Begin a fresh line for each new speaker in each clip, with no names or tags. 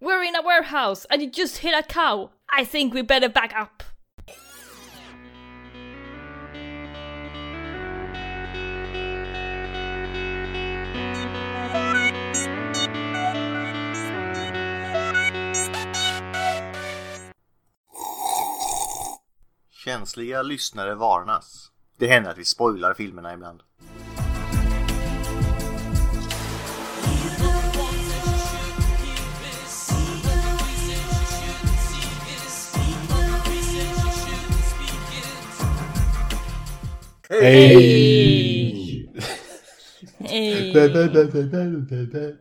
We're in a warehouse and you just hit a cow. I think we better back up.
Känsliga lyssnare varnas. Det händer att vi spoilar filmerna ibland.
Hej! Hej!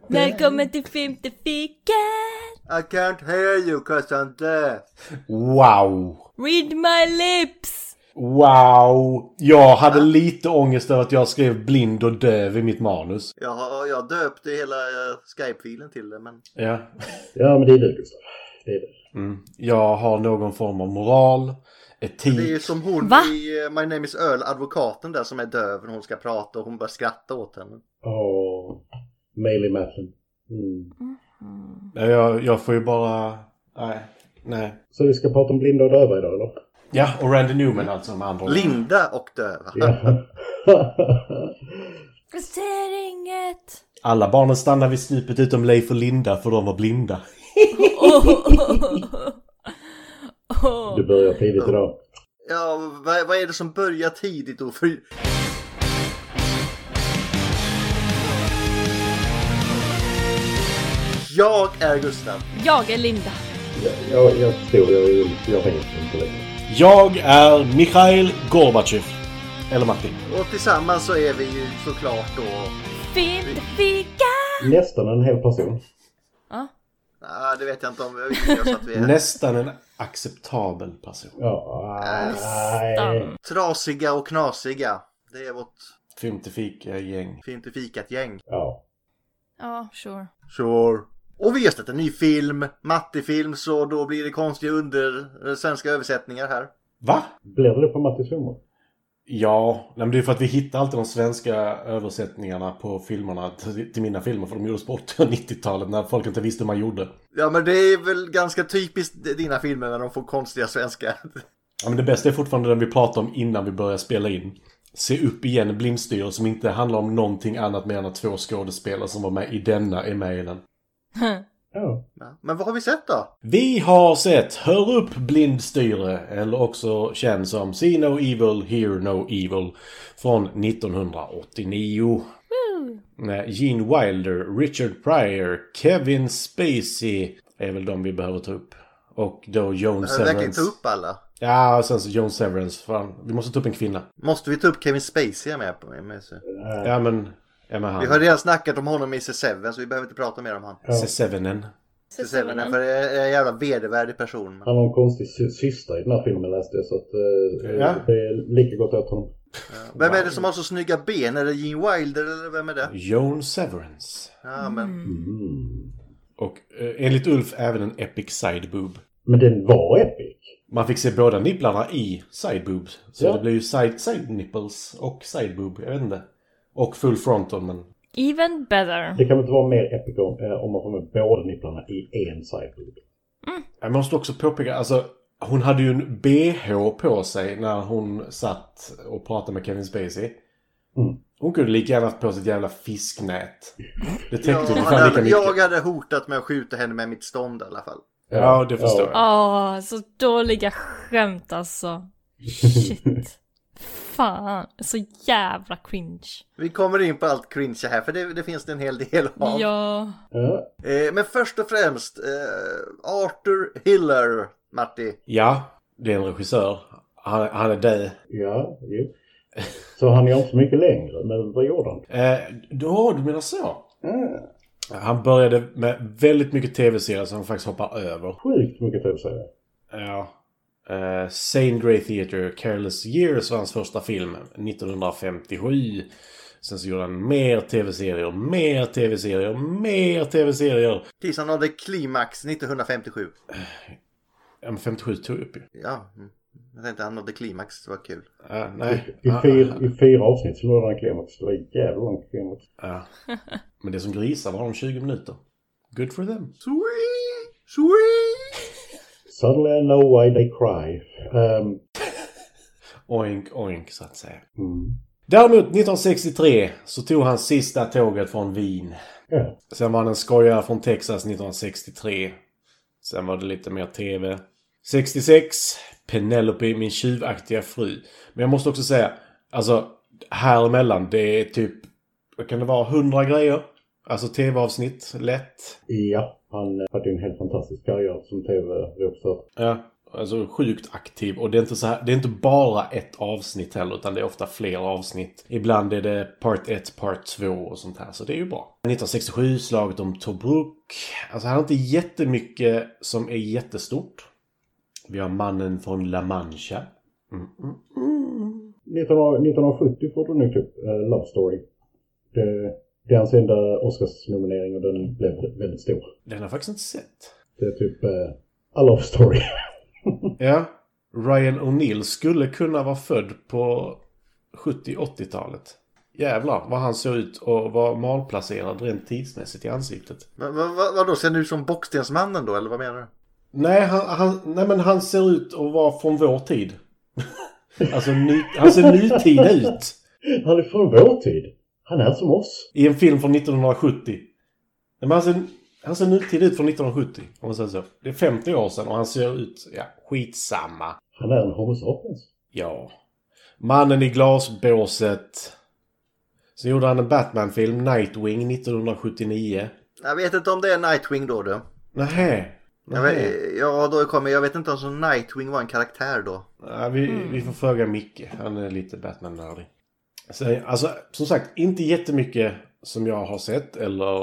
Välkommen till Femte Fiken!
I can't hear you cause I'm deaf.
Wow!
Read my lips!
Wow! Jag hade lite ångest över att jag skrev blind och döv i mitt manus.
Jag, jag döpte hela eh, Skype-filen till det men
Ja.
Ja, men det är du Gustav. Det är du.
Mm. Jag har någon form av moral, etik.
det är ju som hon
Va?
i eh, My Name Is Earl, advokaten där som är döv när hon ska prata och hon börjar skratta åt henne.
Åh, Maily Matlin. Mm.
Ja, Jag, jag får ju bara... Nej. Nej.
Så vi ska prata om blinda och döva idag eller?
Ja, och Randy Newman alltså med andra ord.
Linda och döva.
Ja.
Jag ser inget!
Alla barnen stannar vid snipet utom Leif och Linda för de var blinda.
Åh, åh, åh.
du börjar tidigt idag.
Ja, vad, vad är det som börjar tidigt då? För Jag är Gustav.
Jag är Linda.
Jag, jag, jag förstår, jag, jag, jag vet inte längre.
Jag är Mikhail Gorbachev. Eller Martin.
Och tillsammans så är vi ju såklart då...
Femte Fiken!
Nästan en hel person.
Ja.
Nej, det vet jag inte om vi gör så att vi är.
Nästan en acceptabel person.
Ja, nej.
Stan.
Trasiga och knasiga. Det är vårt
Fint gäng.
fint och fikat gäng.
Ja.
Ja, sure.
Sure. Och vi har sett en ny film, mattefilm, så då blir det konstiga under eh, svenska översättningar här.
Va?
Blir det det på Mattis humor?
Ja, nej, men det är för att vi hittar alltid de svenska översättningarna på filmerna till, till mina filmer för de gjordes på 80 och 90-talet när folk inte visste hur man gjorde.
Ja men det är väl ganska typiskt dina filmer när de får konstiga svenska.
Ja, men det bästa är fortfarande den vi pratade om innan vi började spela in. Se upp igen blindstyr som inte handlar om någonting annat mer än att två skådespelare som var med i denna är med i den.
Ja.
Ja, Men vad har vi sett då?
Vi har sett Hör upp blindstyre, eller också känd som See No Evil, Hear No Evil, från 1989. Med Gene Wilder, Richard Pryor, Kevin Spacey är väl de vi behöver ta upp. Och då Joan
Jag verkligen ta
Severance.
upp alla.
Ja, och sen så Joan Severance. Fan, vi måste ta upp en kvinna.
Måste vi ta upp Kevin Spacey med på mig? Men så-
Ja, men... Ja, men
Vi har
han.
redan snackat om honom i C7 så vi behöver inte prata mer om han.
Ja.
C7.
C7 för det är en jävla vedervärdig person. men-
Han har en konstig sy- syster i den här filmen läste jag så att eh,
Ja.
det är lika gott åt honom.
Vem är det som har så snygga ben? Är det Gene Wilder eller vem är det?
Joan Severance.
Ja men
Mm.
Och eh, enligt Ulf även en epic side boob.
Men den var epic.
Man fick se båda nipplarna i sideboobs. Så
Ja.
det blev ju side, side nipples och sideboob, jag vet inte. Och full frontal men...
Even better.
Det kan väl inte vara mer epic om, eh, om man får med båda nipplarna i en sideboob.
Jag måste också påpeka, alltså hon hade ju en bh på sig när hon satt och pratade med Kevin Spacey.
Mm.
Hon kunde lika gärna haft på sig ett jävla fisknät. Det täckte
jag
ungefär lika
hade,
mycket.
jag hade hotat med att skjuta henne med mitt stånd i alla fall.
Ja, det förstår jag.
Åh, så dåliga skämt alltså. Shit. Fan, så jävla cringe.
Vi kommer in på allt cringe här för det, det finns det en hel del av.
Ja.
Ja.
Eh, men först och främst eh, Arthur Hiller, Matti.
Ja, det är en regissör. Han, han är död.
Ja, jo. Så han gör inte så mycket längre, men vad gjorde han?
Eh, då, du menar så? Han började med väldigt mycket tv-serier som han faktiskt hoppar över.
Sjukt mycket tv-serier.
Ja. Uh, Sane Grey Theatre, Careless Years var hans första film, 1957. Sen så gjorde han mer tv-serier, mer tv-serier, mer tv-serier.
Tills han hade klimax 1957.
Ja, men 57 tog jag upp ju.
Ja, mm. jag tänkte han hade klimax, det var kul.
Ja, nej.
I,
Ja,
fyra, I fyra avsnitt så låg han klimax. Det var ett jävla långt klimax.
ja. Men det är som grisar var de 20 minuter. Good for them.
Sweet! Sweet!
Suddenly I know why they cry. Ehm,
Oink, oink, så att säga.
mm.
Däremot 1963 så tog han sista tåget från Wien.
Ja.
Sen var han en skojare från Texas 1963. Sen var det lite mer TV. 66. Penelope, min tjuvaktiga fru. Men jag måste också säga, alltså här emellan, det är typ, vad kan det vara, 100 grejer? Alltså TV-avsnitt, lätt.
ja, han eh, hade ju en helt fantastisk karriär som tv-regissör.
Ja, alltså sjukt aktiv. Och det är, inte så här, det är inte bara ett avsnitt heller, utan det är ofta fler avsnitt. Ibland är det part 1, part 2 och sånt här, så det är ju bra. 1967, slaget om Tobruk. Alltså han har inte jättemycket som är jättestort. Vi har mannen från La Mancha. Mm, mm, mm.
1970 får du nu typ eh, Love Story. Det, det är hans enda Oscars-nominering och den blev väldigt stor.
Den har jag faktiskt inte sett.
Det är typ eh, A Love Story.
Ja. Ryan O'Neill skulle kunna vara född på 70-80-talet. Jävlar vad han såg ut och var malplacerad rent tidsmässigt i ansiktet.
Men vad- vad- Vadå, ser du ut som Bockstensmannen då, eller vad menar du?
Nej, han, han, nej men han ser ut att vara från vår tid. alltså ny, han ser nutida ut.
Han är från vår tid. Han är som oss.
I en film från 1970. Nej, men han ser, han ser nutida ut från 1970. Om man säger så. Det är 50 år sedan och han ser ut... Ja, skitsamma.
Han är en Homo sapiens.
Ja. Mannen i glasbåset. Så gjorde han en Batman-film, Nightwing, 1979.
Jag vet inte om det är Nightwing då du.
Nähä.
Jag
Nähä.
vet, ja, då kommer jag vet inte om så Nightwing var en karaktär då.
Ja, vi, vi får fråga Micke. Han är lite Batman-nördig. Så, Alltså, som sagt, inte jättemycket som jag har sett eller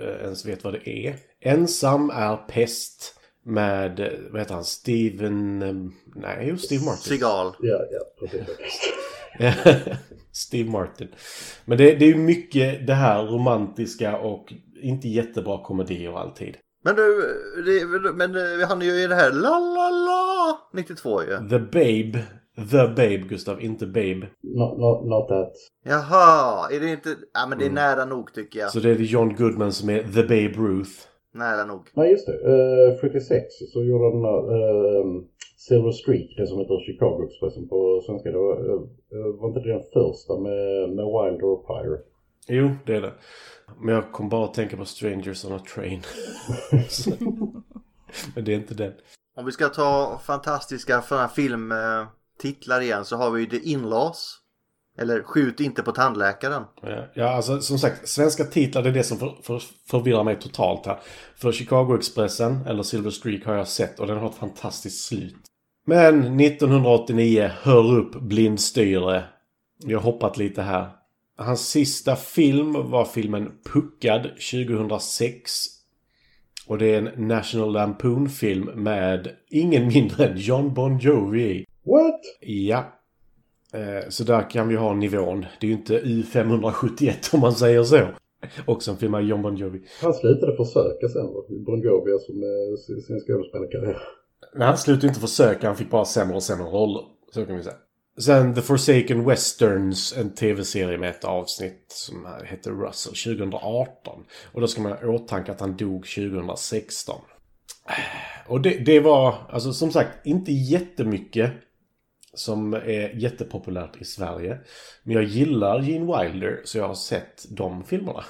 eh, ens vet vad det är. Ensam är pest med, eh, vad heter han, Steven... eh, Nej, jo, Steve Martin.
Sigal.
Ja, ja, precis.
Steve Martin. Men det, det är ju mycket det här romantiska och inte jättebra komedier alltid.
Men du, det, men eh, han är ju i det här la la la 92 ju.
The Babe. The Babe, Gustav, inte Babe.
not, not, not that.
Jaha, är det inte... Ja men det är nära nog tycker jag.
Så det är John Goodman som är The Babe Ruth.
Nära nog.
Nej, just det. Eh, 76 så gjorde han uh, Silver Streak, det som heter Chicago Expressen på svenska. Det var, eh, var inte det den första med, med Wilder och Pryor?
Jo, det är det. Men jag kom bara att tänka på Strangers on a Train. Så- Men det är inte den.
Om vi ska ta fantastiska sådana filmtitlar igen så har vi ju The Inlaws. Eller Skjut inte på tandläkaren.
Ja, Ja, alltså som sagt, svenska titlar det är det som för, för, förvirrar mig totalt här. För Chicago-Expressen, eller Silver Streak, har jag sett och den har ett fantastiskt slut. Men 1989, Hör upp blindstyre. Vi har hoppat lite här. Hans sista film var filmen Puckad 2006. Och det är en National Lampoon-film med ingen mindre än John Bon Jovi i.
What?
Ja. Eh, Så där kan vi ha nivån. Det är ju inte U571 om man säger så. Också en film med John Bon Jovi.
Han slutade försöka sen, va? Bon Jovi, alltså med sin sin skådespelarkarriär.
Men han slutade inte försöka. Han fick bara sämre och sämre roller. Så kan vi säga. Sen The Forsaken Westerns, en tv-serie med ett avsnitt som hette Russell 2018. Och då ska man ha i åtanke att han dog 2016. Och det, det var, alltså som sagt, inte jättemycket som är jättepopulärt i Sverige. Men jag gillar Gene Wilder så jag har sett de filmerna.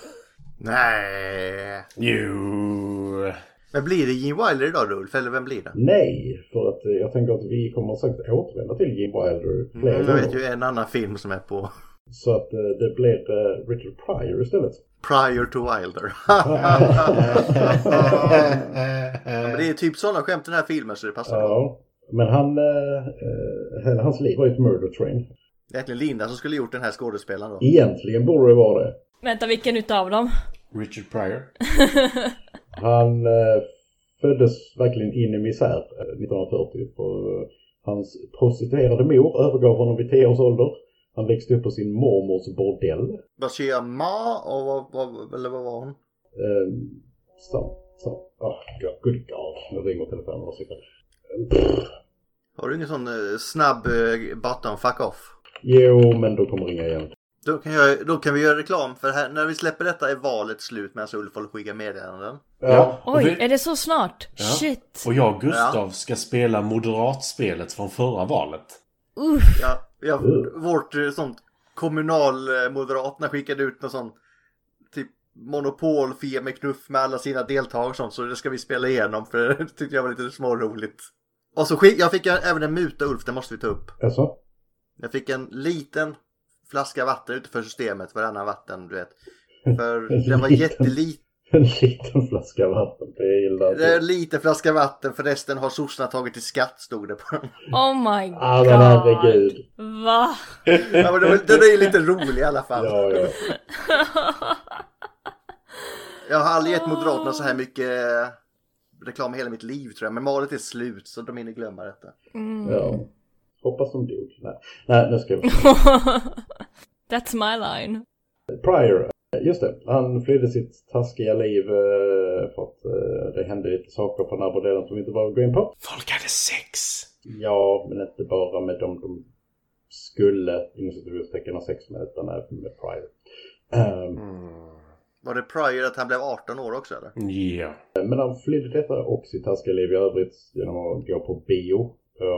Nej.
Jo.
Men blir det Gene Wilder idag Ulf? Eller vem blir det?
Nej, för att eh, jag tänker att vi kommer säkert återvända till Jim Wilder flera
Mm. Jag vet
gånger.
ju en annan film som är på
Så att eh, det blir eh, Richard Pryor istället.
Prior to Wilder. Men det är typ sådana skämt i den här filmen så det passar bra.
Ja, men han, eh, eh, hela hans liv var ju ett murder train.
Det är Egentligen Linda som skulle gjort den här skådespelaren
Mm.
då.
Egentligen borde det vara det.
Vänta, vilken utav dem?
Richard Pryor.
Han eh, föddes verkligen in i misär eh, 1940. För, eh, hans prostituerade mor övergav honom vid 10 års ålder. Han växte upp på sin mormors bordell.
Bashir Ma och vad, vad, eller vad var hon?
Eh, sam, sam, oh, good God, nu ringer telefonen. och så-
Har du ingen sån eh, snabb eh, button fuck off?
Jo, men då kommer ringa igen.
Då kan, jag, då kan vi göra reklam för här, när vi släpper detta är valet slut medan Ulf håller på att skicka meddelanden.
Ja. och
Oj,
vi-
är det så snart?
Ja.
Shit.
Och jag och Gustav ska spela moderatspelet från förra valet.
Uff.
Ja, ja, vårt eh, sånt kommunalmoderaterna skickade ut någon sån typ monopolfia med knuff med alla sina deltagare och sånt så det ska vi spela igenom för det tyckte jag var lite småroligt. Och så skick, jag fick även en muta Ulf, det måste vi ta upp.
Alltså,
Jag fick en liten flaska vatten utanför systemet, varannan vatten du vet. För den var
Liten.
jätteliten.
en liten flaska vatten. Det gillar
Det är
inte.
en liten flaska vatten för resten har sossarna tagit till skatt stod det på den.
Oh my god.
Ah, men herregud.
Va?
Ja, men det, var, den är ju lite rolig i alla fall.
Ja, ja.
Jag har aldrig gett Moderaterna så här mycket eh, reklam i hela mitt liv tror jag. Men malet är slut så de hinner glömma detta.
Mm.
ja. Hoppas de dog. Nej, Nej nu ska vi.
That's my line.
Pryor, just det. Han flydde sitt taskiga liv eh, för att eh, det hände lite saker på den här bordellen som inte var gå in på.
Folk hade sex!
Ja, men inte bara med dem de skulle inom situationstecken ha sex med utan även med Pryor. Ehm,
Mm.
Var det prior att han blev 18 år också eller?
Ja.
Men han flydde detta och sitt taskiga liv i övrigt genom att gå på bio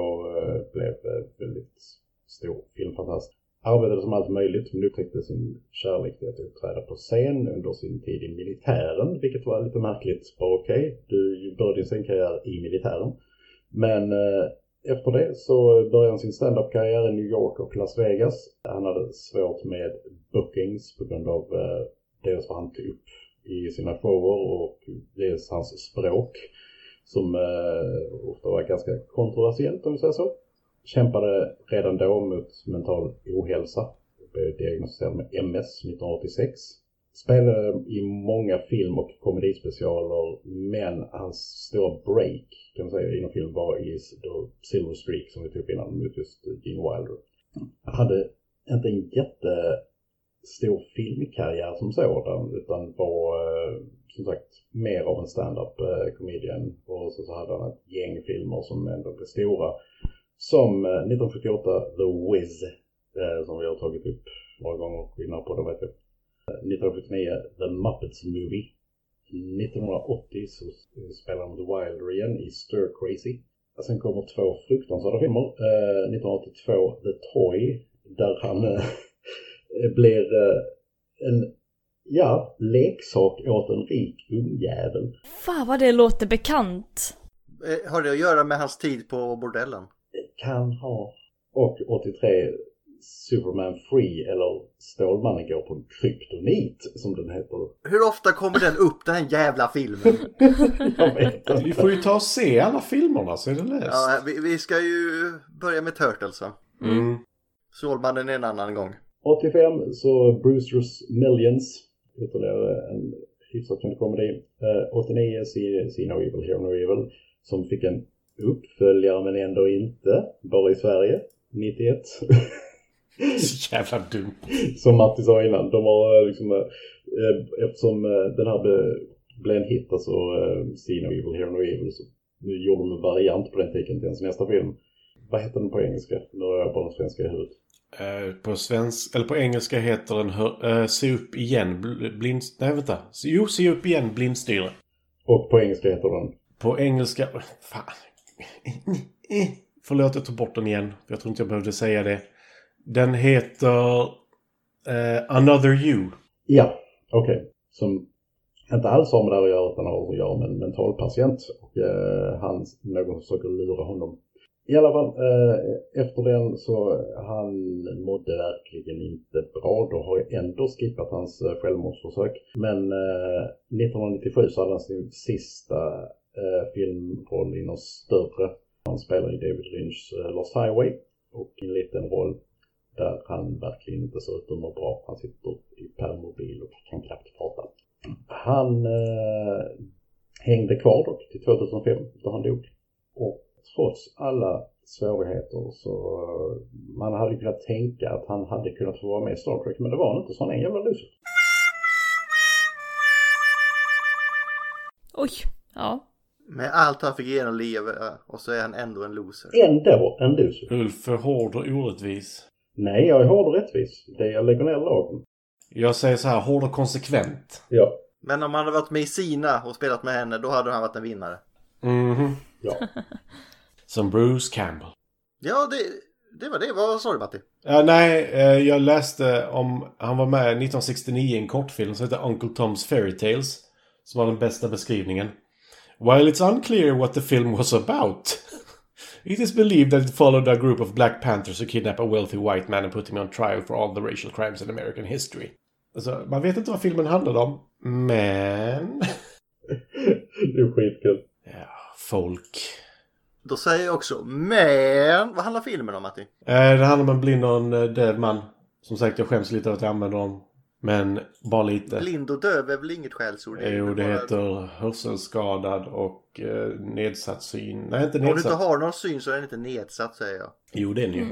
och eh, blev eh, väldigt stor filmfantast. Arbetade som allt möjligt men upptäckte sin kärlek till att uppträda på scen under sin tid i militären, vilket var lite märkligt. Bara okej, du började sin karriär i militären. Men eh, efter det så började han sin standup-karriär i New York och Las Vegas. Han hade svårt med bookings på grund av eh, dels vad han tog upp i sina shower och dels hans språk som eh, ofta var ganska kontroversiellt om vi säger så. Kämpade redan då mot mental ohälsa. Blev diagnostiserad med MS 1986. Spelade i många film och komedispecialer men hans stora break kan man säga inom film var i s- då Silver Streak som vi tog upp innan mot just Gene Wilder. Han hade inte en jätte stor filmkarriär som sådan utan var eh, som sagt mer av en stand-up eh, comedian och så, så hade han ett gäng filmer som ändå blev stora som eh, 1978 The Wiz eh, som vi har tagit upp några gånger innan på det vet jag. Eh, 1979 The Muppets Movie 1980 så spelade han The Wilder igen i Stir Crazy Sen kommer två fruktansvärda filmer. Eh, 1982 The Toy, där han eh, blir eh, en, ja, leksak åt en rik ungjävel.
Fan vad det låter bekant.
Eh, Har det att göra med hans tid på bordellen?
Kan ha. Och 83 Superman Free, eller Stålmannen går på kryptonit, som den heter.
Hur ofta kommer den upp den här jävla filmen?
Jag vet
Vi
inte.
får ju ta och se alla filmerna så är det löst.
Ja, vi, vi ska ju börja med Turtles va?
Mm.
Stålmannen en annan gång.
85 så Brewsters Millions, ytterligare en hyfsat känd komedi. Eh, 89 See, See No Evil, Hear No Evil, som fick en uppföljare men ändå inte, bara i Sverige, 91.
Så jävla dumt.
som Matti sa innan, de har eh, liksom, eh, eftersom eh, den här blev, blev en hit, alltså eh, See No Evil, Hear No Evil, så nu gjorde de en variant på den titeln till ens nästa film. Vad heter den på engelska? Nu har jag bara den svenska i huvudet.
Eh, på, svensk, eller på engelska heter den hör, eh, Se upp igen bl- blind... Nej, vänta. Jo, Se upp igen blindstyre.
Och på engelska heter den
På engelska... Fan. Förlåt, jag tog bort den igen. Jag tror inte jag behövde säga det. Den heter... eh, Another You.
Ja, okej. Som inte alls har med det här att göra utan har att göra med en mentalpatient och eh, han, någon försöker lura honom. I alla fall, eh, efter den så eh, han mådde verkligen inte bra. Då har jag ändå skippat hans eh, självmordsförsök. Men eh, 1997 så hade han sin sista eh, filmroll i något större. Han spelar i David Lynchs eh, Lost Highway och i en liten roll där han verkligen inte ser ut att må bra. Han sitter i permobil och kan knappt prata. Han eh, hängde kvar dock till 2005 då han dog. Och trots alla svårigheter så eh, man hade ju kunnat tänka att han hade kunnat få vara med i Star Trek men det var han inte så han är en jävla loser.
Oj. Ja.
Med allt han fick genomleva och så är han ändå en loser.
Ändå en loser.
Ulf är hård och orättvis.
Nej, jag är hård och rättvis. Det är jag lägger ner lagen.
Jag säger så här, hård och konsekvent.
Ja.
Men om han hade varit med i Sina och spelat med henne, då hade han varit en vinnare.
Mhm.
Ja.
Som Bruce Campbell.
Ja, det, det var det. Vad sa du Matti?
Ja, nej, eh, jag läste om... Han var med 1969 i en kortfilm som heter Uncle Tom's Fairy Tales. Som var den bästa beskrivningen. While it's unclear what the film was about. It is believed that it followed a group of Black Panthers who kidnap a wealthy white man and put him on trial for all the racial crimes in American history. Alltså, man vet inte vad filmen handlade om, men...
Det är skitkul.
Ja, folk.
Då säger jag också, men vad handlar filmen om Matti?
Eh, Det handlar om en blind och en eh, död man. Som sagt, jag skäms lite över att jag använder dem. Men bara lite.
Blind och döv är väl inget skällsord? är
Jo,
väl
det eh,
bara-
heter hörselskadad och eh, nedsatt syn. Nej, inte
Om du inte
nedsatt.
har någon syn så är den inte nedsatt säger jag.
Jo, det är den ju.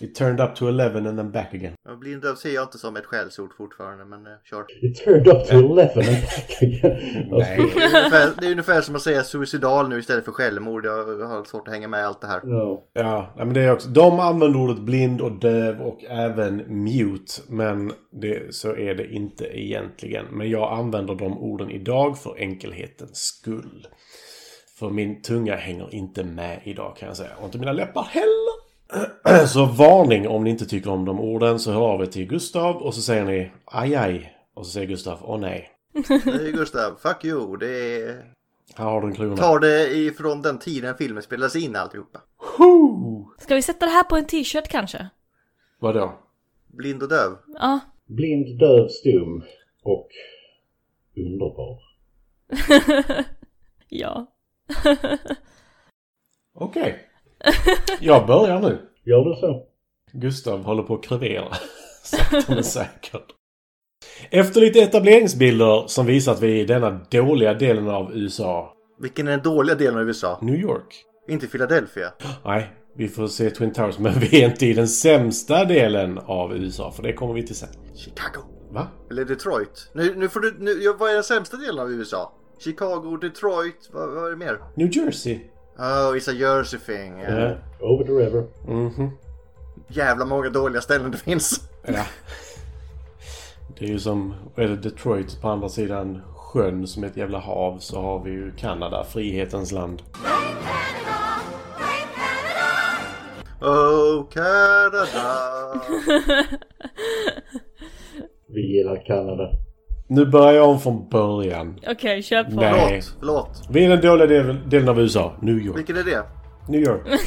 It turned up to 11 and then back again.
Ja, Blind och döv ser jag inte som ett skällsord fortfarande, men eh, kör.
It turned up to 11 and back again. Alltså,
Nej.
Det är, ungefär, det är ungefär som att säga suicidal nu istället för självmord. Jag har svårt att hänga med i allt det här.
ja.
Ja, nej, men det är också. De använder ordet blind och döv och även mute. Men det, så är det inte egentligen. Men jag använder de orden idag för enkelhetens skull. För min tunga hänger inte med idag kan jag säga. Och inte mina läppar heller. Så varning om ni inte tycker om de orden så hör av er till Gustav och så säger ni aj aj. Och så säger Gustav åh nej.
Nej, Gustav, fuck you. Det är...
Här har du en krona.
Tar det ifrån den tiden filmen spelades in alltihopa.
Hoo!
Ska vi sätta det här på en t-shirt kanske?
Vadå?
Blind och döv.
Ja.
Blind, döv, stum och underbar.
ja.
Okej. Jag börjar nu.
Gör du så?
Gustav håller på att krevera. Sakta men säkert. Efter lite etableringsbilder som visar att vi är i denna dåliga delen av USA.
Vilken är den dåliga delen av USA?
New York.
Inte Philadelphia.
Nej, vi får se Twin Towers men vi är inte i den sämsta delen av USA för det kommer vi till sen.
Chicago.
Va?
Eller Detroit. Nu, nu får du... Nu, ja, vad är den sämsta delen av USA? Chicago, Detroit, vad, vad är det mer?
New Jersey?
Oh, it's a Jersey thing. Eh,
Ja.
Over the river.
Mhm.
Jävla många dåliga ställen det finns.
Ja. Det är ju som, vad är det Detroit på andra sidan sjön som är ett jävla hav så har vi ju Kanada, frihetens land.
Oh, Canada.
Vi gillar Kanada.
Nu börjar jag om från början.
Okej, kör på.
Nej.
förlåt, förlåt.
Vi är den dåliga del- delen av USA, New York.
Vilken är det?
New York.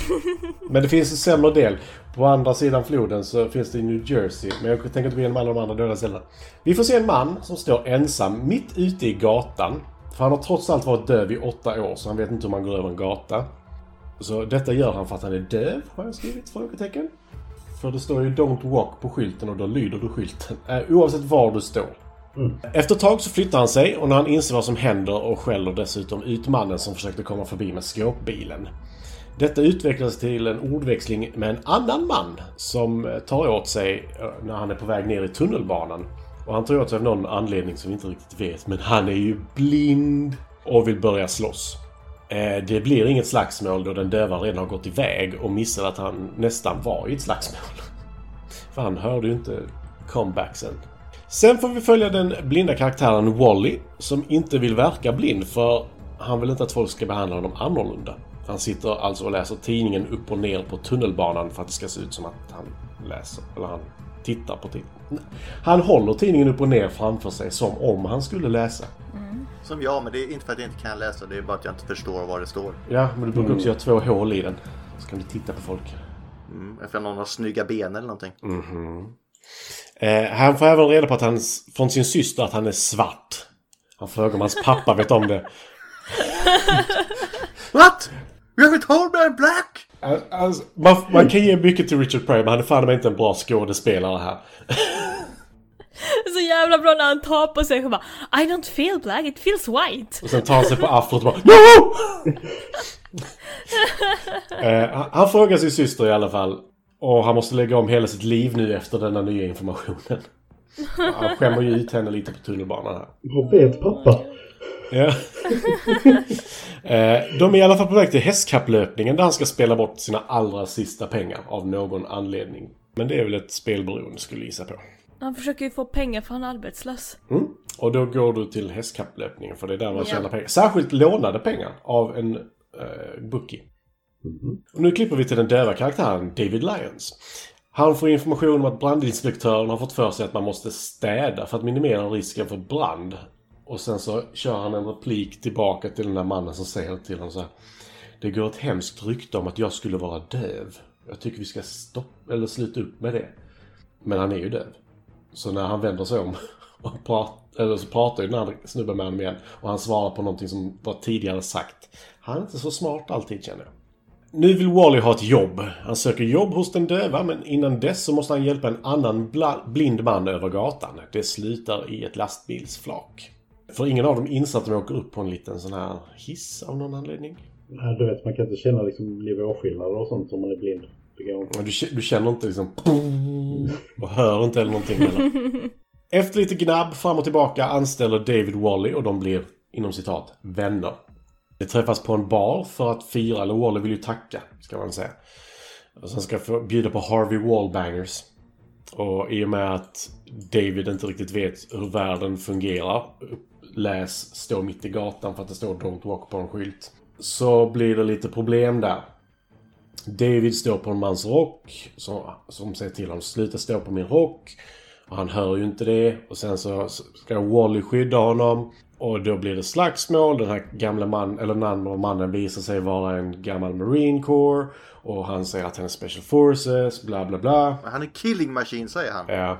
Men det finns en sämre del. På andra sidan floden så finns det i New Jersey. Men jag tänker inte gå igenom alla de andra döda ställena. Vi får se en man som står ensam mitt ute i gatan. För han har trots allt varit döv i åtta år så han vet inte hur man går över en gata. Så detta gör han för att han är döv, har jag skrivit? Frågetecken. För det står ju “Don't walk” på skylten och då lyder du skylten. Eh, Oavsett var du står. Efter ett tag så flyttar han sig och när han inser vad som händer och skäller dessutom ut mannen som försökte komma förbi med skåpbilen. Detta utvecklas till en ordväxling med en annan man som tar åt sig eh, när han är på väg ner i tunnelbanan. Och han tar åt sig av någon anledning som vi inte riktigt vet, men han är ju blind och vill börja slåss. Eh, Det blir inget slagsmål då den döva redan har gått iväg och missar att han nästan var i ett slagsmål. För han hörde ju inte comebacksen. Sen får vi följa den blinda karaktären Wally som inte vill verka blind för han vill inte att folk ska behandla honom annorlunda. Han sitter alltså och läser tidningen upp och ner på tunnelbanan för att det ska se ut som att han läser, eller han tittar på tidningen. Han håller tidningen upp och ner framför sig som om han skulle läsa.
Som jag, men det är inte för att jag inte kan läsa, det är bara att jag inte förstår vad det står.
Ja, men du brukar också göra två hål i den. Så kan du titta på folk.
Mm, efter någon har snygga ben eller någonting.
Mm. Eh, han får även reda på att han, från sin syster att han är svart. Han frågar om hans pappa vet om det.
What? You have a tall man black?
Alltså, alltså, man, man kan ge mycket till Richard Pryor, men han är fan mig inte en bra skådespelare här.
Så jävla bra när han tar på sig och bara I don't feel black, it feels white.
Och sen tar han sig på afrot och bara NO! eh, han, han frågar sin syster i alla fall. Och han måste lägga om hela sitt liv nu efter denna nya informationen. Han skämmer ju ut henne lite på tunnelbanan här.
Vad vet pappa?
Ja. Eh, De är i alla fall på väg till hästkapplöpningen där han ska spela bort sina allra sista pengar av någon anledning. Men det är väl ett spelberoende skulle jag gissa på.
Han försöker ju få pengar för han är arbetslös.
Mm. Och då går du till hästkapplöpningen för det är där man
Ja.
tjänar pengar. Särskilt lånade pengar av en eh, bookie. Och nu klipper vi till den döva karaktären David Lyons. Han får information om att brandinspektören har fått för sig att man måste städa för att minimera risken för brand. Och sen så kör han en replik tillbaka till den där mannen som säger till honom så här. Det går ett hemskt rykte om att jag skulle vara döv. Jag tycker vi ska stoppa, eller sluta upp med det. Men han är ju döv. Så när han vänder sig om och pratar, eller så pratar ju den andra snubben med honom igen och han svarar på någonting som var tidigare sagt. Han är inte så smart alltid känner jag. Nu vill Wally ha ett jobb. Han söker jobb hos den döva men innan dess så måste han hjälpa en annan bla- blind man över gatan. Det slutar i ett lastbilsflak. För ingen av dem inser att de åker upp på en liten sån här hiss av någon anledning.
Ja, du vet, man kan inte känna liksom nivåskillnader och sånt om man är blind. Det går inte.
Men Du, k- du känner inte liksom... Och hör inte eller någonting. Eller? Efter lite gnabb fram och tillbaka anställer David Wally och de blir inom citat vänner. De träffas på en bar för att fira, eller Wally vill ju tacka, ska man säga. Och sen ska få bjuda på Harvey Wallbangers. Och i och med att David inte riktigt vet hur världen fungerar, läs stå mitt i gatan för att det står Don't Walk på en skylt, så blir det lite problem där. David står på en mans rock som, som säger till honom sluta stå på min rock. Och han hör ju inte det. Och sen så ska Wally skydda honom. Och då blir det slagsmål. Den här gamla mannen, eller den andra mannen visar sig vara en gammal Marine Corps. Och han säger att han är Special Forces, bla bla bla.
Men han är killing machine säger han.
Ja. Eh,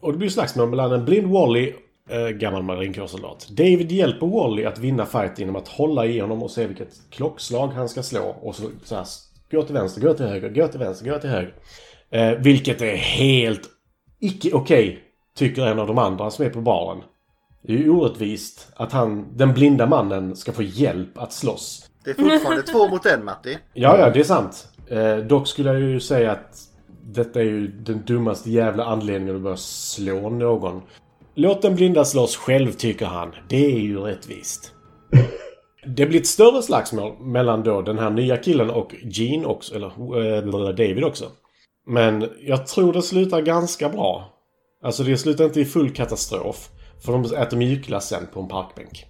Och det blir slagsmål mellan en blind Wally, eh, gammal marinkårssoldat. David hjälper Wally att vinna fight genom att hålla i honom och se vilket klockslag han ska slå. Och så, så här, gå till vänster, gå till höger, gå till vänster, gå till höger. Eh, vilket är helt icke okej, tycker en av de andra som är på baren. Det är ju orättvist att han, den blinda mannen, ska få hjälp att slåss.
Det är fortfarande två mot en Matti.
Ja, ja, det är sant. Eh, dock skulle jag ju säga att detta är ju den dummaste jävla anledningen att börja slå någon. Låt den blinda slåss själv, tycker han. Det är ju rättvist. Det blir ett större slagsmål mellan då den här nya killen och Gene också, eller eh, David också. Men jag tror det slutar ganska bra. Alltså det slutar inte i full katastrof. För de äter mjukglass sen på en parkbänk.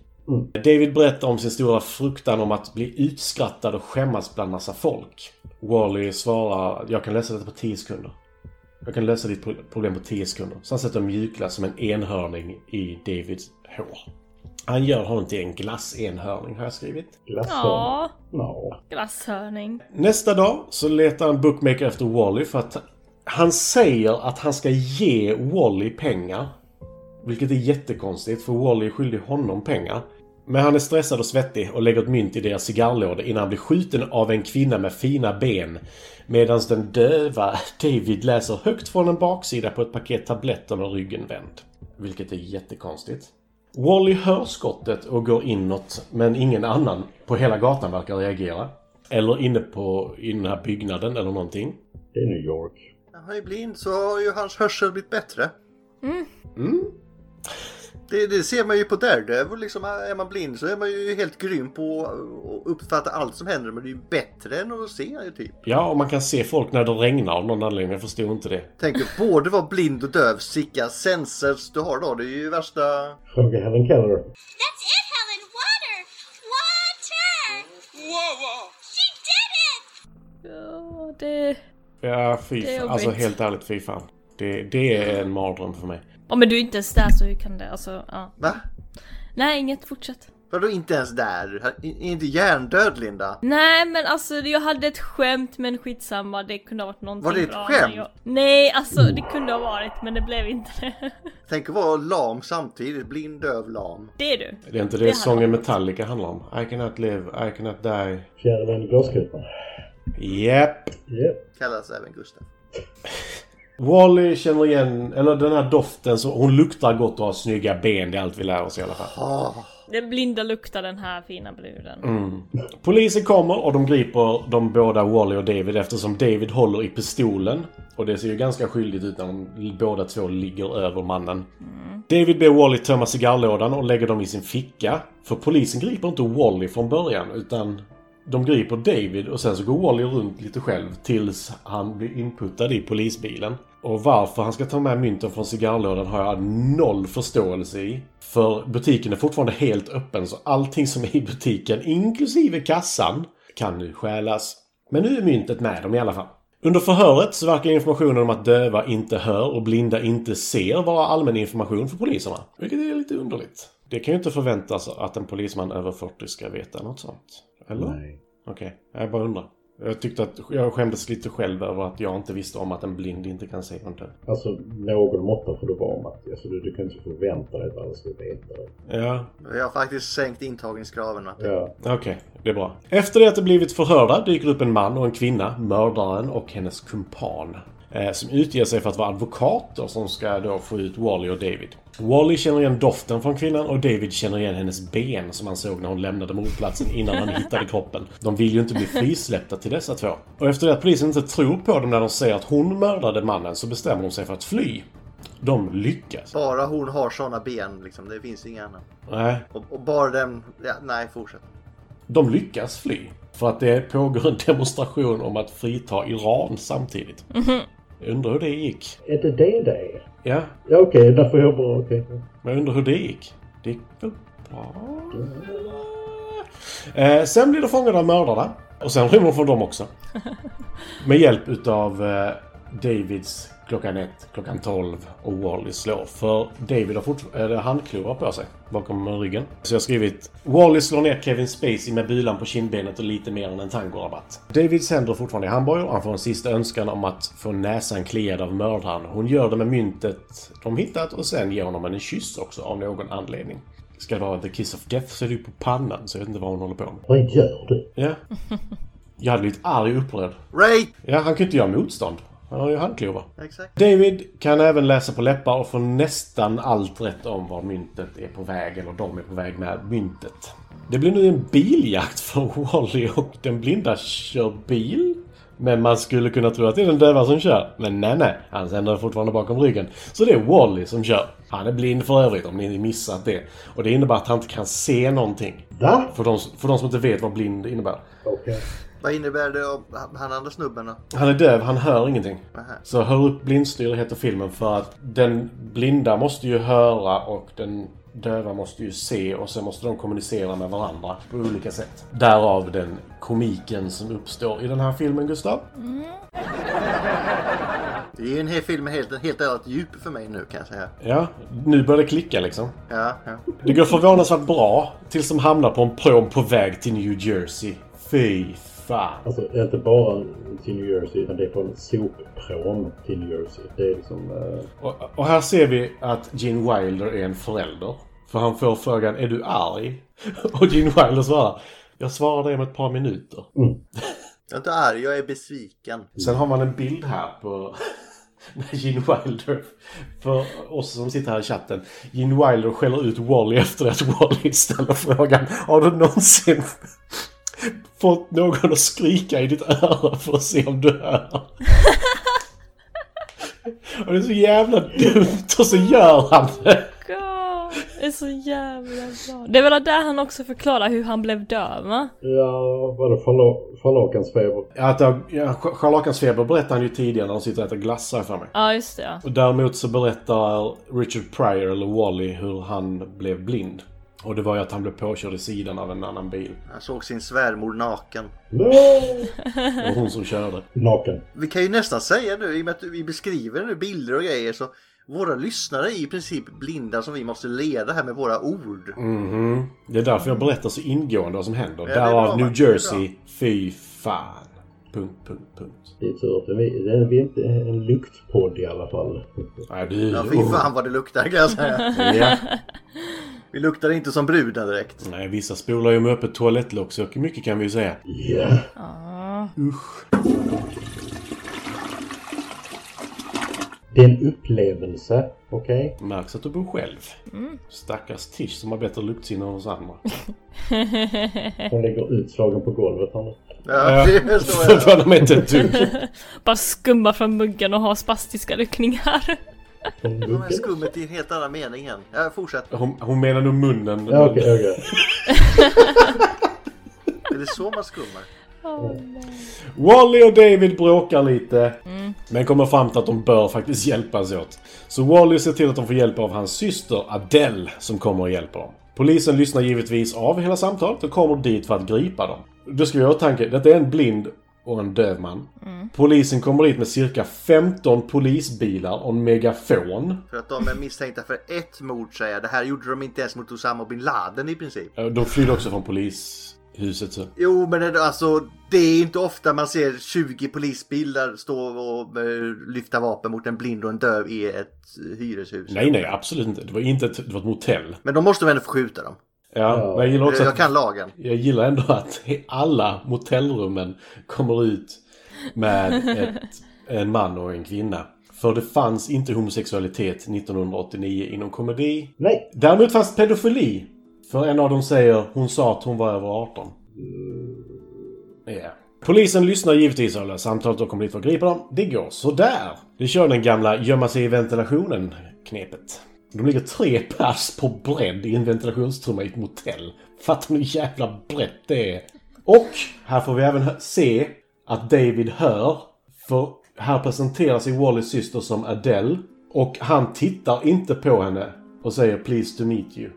David berättar om sin stora fruktan om att bli utskrattad och skämmas bland massa folk. Wally svarar jag kan lösa detta på 10 sekunder. Jag kan lösa ditt pro- problem på 10 sekunder. Så han sätter en mjukglass som en enhörning i Davids hår. Han gör honom till en glassenhörning har jag skrivit.
Glasshörn.
Ja,
Ja.
glasshörning.
Nästa dag så letar en bookmaker efter Wally för att han säger att han ska ge Wally pengar. Vilket är jättekonstigt för Wally är skyldig honom pengar. Men han är stressad och svettig och lägger ett mynt i deras cigarrlådor innan han blir skjuten av en kvinna med fina ben. Medan den döva David läser högt från en baksida på ett paket tabletter med ryggen vänd. Vilket är jättekonstigt. Wally hör skottet och går inåt men ingen annan på hela gatan verkar reagera. Eller inne på, i den här byggnaden eller någonting.
Det är New York.
Han är blind så har ju hans hörsel blivit bättre.
Mm.
Det, det ser man ju på Daredevil. Liksom, är man blind så är man ju helt grym på att uppfatta allt som händer. Men det är ju bättre än att se ju typ.
Ja, och man kan se folk när det regnar av någon anledning. Jag förstår inte det.
Tänk att både vara blind och döv. Sicka sensors du har då. Det är ju värsta...
Fråga Helen Keller.
That's it, Helen. Water! Water! Whoa, whoa! She did it!
Ja, det...
Ja, fy
Det är
fan. Alltså
jobbigt.
helt ärligt, fy fan. Det, det är en mardröm för mig.
Ja men du är inte ens där så hur kan det, alltså ja.
Va?
Nej inget, fortsätt.
Vadå inte ens där? Han Är inte hjärndöd Linda?
Nej men alltså jag hade ett skämt men skitsamma, det kunde ha varit någonting
Var det ett
bra,
skämt?
men Jag... Nej alltså det kunde ha varit men det blev inte det.
Tänk att vara lam samtidigt. Blind, döv, lam.
Det är du.
Det är inte det,
Det handlar
sången Metallica handlar om. I cannot live, I cannot die.
Fjärilen i glaskupan.
Japp.
Yep.
Kallas även Gustav.
Wally känner igen, eller den här doften, så hon luktar gott och har snygga ben. Det är allt vi lär oss i alla fall.
Ah,
Den blinda luktar den här fina bruden.
Polisen kommer och de griper de båda Wally och David eftersom David håller i pistolen. Och det ser ju ganska skyldigt ut när de båda två ligger över mannen. David ber Wally tömma cigarrlådan och lägger dem i sin ficka. För polisen griper inte Wally från början utan de griper David och sen så går Wally runt lite själv tills han blir inputtad i polisbilen. Och varför han ska ta med mynten från cigarrlådan har jag noll förståelse i. För butiken är fortfarande helt öppen så allting som är i butiken, inklusive kassan, kan nu stjälas. Men nu är myntet med dem i alla fall. Under förhöret så verkar informationen om att döva inte hör och blinda inte ser vara allmän information för poliserna. Vilket är lite underligt. Det kan ju inte förväntas att en polisman över 40 ska veta något sånt. Eller?
Nej.
Okej, jag bara undrar. Jag tyckte att jag skämdes lite själv över att jag inte visste om att en blind inte kan se något.
Alltså, någon måtta får du vara Matti. Alltså, du, du kan inte förvänta dig att alla ska veta det.
Ja,
Vi har faktiskt sänkt intagningskraven. Matti.
Ja.
Okej, det är bra. Efter det att de blivit förhörda dyker upp en man och en kvinna, mördaren och hennes kumpan. eh, Som utger sig för att vara advokater som ska då få ut Wally och David. Wally känner igen doften från kvinnan och David känner igen hennes ben som han såg när hon lämnade mordplatsen innan han hittade kroppen. De vill ju inte bli frisläppta till dessa två. Och efter det att polisen inte tror på dem när de säger att hon mördade mannen så bestämmer de sig för att fly. De lyckas.
Bara hon har såna ben liksom. Det finns inga annat.
Nej,
Och, och bara den... Ja, nej, fortsätt.
De lyckas fly. För att det pågår en demonstration om att frita Iran samtidigt. Jag undrar hur det gick.
Är det det det är?
Ja,
Ja, okej, där får jag bara... Okej.
men jag undrar hur det gick. Det gick väl bra? Eh, sen blir de fångade av mördarna. Och sen rymmer de från dem också. Med hjälp utav eh, Davids klockan ett, klockan tolv och Wally slår. För David har fortfarande handklovar på sig bakom ryggen. Så jag har skrivit Wally slår ner Kevin Spacey med bilan på kindbenet och lite mer än en tangorabatt. Davids händer fortfarande i handbojor. Han får en sista önskan om att få näsan kliad av mördaren. Hon gör det med myntet de hittat och sen ger honom en kyss också av någon anledning. Ska det vara the kiss of death så är det ju på pannan så jag vet inte vad hon håller på med.
Vad gör du?
Ja. Jag hade blivit arg och upprörd.
Rape!
Ja, han kan ju inte göra motstånd. Han har ju handklovar.
Exakt.
David kan även läsa på läppar och får nästan allt rätt om var myntet är på väg, eller de är på väg med myntet. Det blir nu en biljakt för Wally och den blinda kör bil. Men man skulle kunna tro att det är den döva som kör. Men nej, nej. Hans händer är fortfarande bakom ryggen. Så det är Wally som kör. Han är blind för övrigt, om ni missat det. Och det innebär att han inte kan se någonting.
Va?
För de, för de som inte vet vad blind innebär.
Okej.
Vad innebär det om han andra snubben då?
Han är döv, han hör ingenting.
Aha.
Så Hör upp blindstyre heter filmen för att den blinda måste ju höra och den döva måste ju se och sen måste de kommunicera med varandra på olika sätt. Därav den komiken som uppstår i den här filmen, Gustav.
Det är ju en hel film med helt, helt annat djup för mig nu kan jag säga.
Ja, nu börjar det klicka liksom.
Ja, ja.
Det går förvånansvärt bra tills de hamnar på en prom på väg till New Jersey. Fy fan.
Alltså, det är inte bara till New Jersey, utan det är på en sopprån till New Jersey. Det är liksom... eh,
Och, och här ser vi att Gene Wilder är en förälder. För han får frågan är du arg? Och Gene Wilder svarar jag svarar dig om ett par minuter.
Jag är inte arg, jag är besviken.
Sen har man en bild här på med Gene Wilder. För oss som sitter här i chatten. Gene Wilder skäller ut Wally efter att Wally ställer frågan Har du någonsin fått någon att skrika i ditt öra för att se om du hör? Och det är så jävla dumt och så gör han det.
God, det är så jävla bra. Det är väl där han också förklarar hur han blev döv va?
Ja, vadå? Farlo- Farlakansfeber?
Att jag, ja, scharlakansfeber berättar han ju tidigare när de sitter och äter glass har jag för mig.
Ja just det ja.
Och däremot så berättar Richard Pryor, eller Wally, hur han blev blind. Och det var ju att han blev påkörd i sidan av en annan bil.
Han såg sin svärmor naken.
Nej!
Det var hon som körde.
Naken.
Vi kan ju nästan säga nu, i och med att vi beskriver nu bilder och grejer så våra lyssnare är i princip blinda som vi måste leda här med våra ord.
Mhm. Det är därför jag berättar så ingående vad som händer.
det är bra,
Därav New
Max, det är
Jersey. Fy fan. Punkt, punkt, punkt.
Det är tur att vi, det är, vi är inte en luktpodd i alla fall.
Nej, du. oh,
Ja, fy fan vad det luktar kan jag säga.
Ja.
Vi luktar inte som brudar direkt.
Nej, vissa spolar ju med öppet toalettlock, så mycket kan vi ju säga.
Ja. Det är en upplevelse, okej?
Märks att du bor själv. Stackars Tish som har bättre luktsinne än oss andra.
Hon lägger utslagen på golvet här nu.
Ja, det är så jag gör.
Förvånar mig inte ett dugg.
Bara skumma från muggen och ha spastiska ryckningar.
Hon
De här
muggar.
skummet i en helt annan mening än. Ja, fortsätt.
Hon, hon menar nog munnen.
Ja, okej, okej.
Det det så man skummar?
Åh, nej.
Wally och David bråkar lite. Men kommer fram till att de bör faktiskt hjälpas åt. Så Wally ser till att de får hjälp av hans syster Adele som kommer och hjälper dem. Polisen lyssnar givetvis av hela samtalet och kommer dit för att gripa dem. Då ska vi ha i åtanke, detta är en blind och en döv man. Polisen kommer dit med cirka 15 polisbilar och en megafon.
För att de är misstänkta för ett mord säger jag. Det här gjorde de inte ens mot Osama bin Laden i princip.
Eh, De flyr också från polishuset så.
Jo men det, alltså det är inte ofta man ser 20 polisbilar stå och eh, lyfta vapen mot en blind och en döv i ett eh, hyreshus.
Nej, nej, absolut inte. Det var inte ett, det var ett motell.
Men de måste väl ändå få skjuta dem? Eh,
Ja, men jag gillar också
Jag
att
kan lagen.
Jag gillar ändå att alla motellrummen kommer ut med ett, en man och en kvinna. För det fanns inte homosexualitet 1989 inom komedi.
Nej!
Däremot fanns pedofili. För en av dem säger hon sa att hon var över 18. Ja. Polisen lyssnar givetvis av det här samtalet och kommer dit för att gripa dem. Det går sådär. Det kör den gamla gömma sig i ventilationen knepet. De ligger tre pers på bredd i en ventilationstrumma i ett motell. Fattar ni hur jävla brett det är? Och här får vi även hö- se att David hör. För här presenterar sig Wallys syster som Adele. Och han tittar inte på henne och säger “Please to meet you”.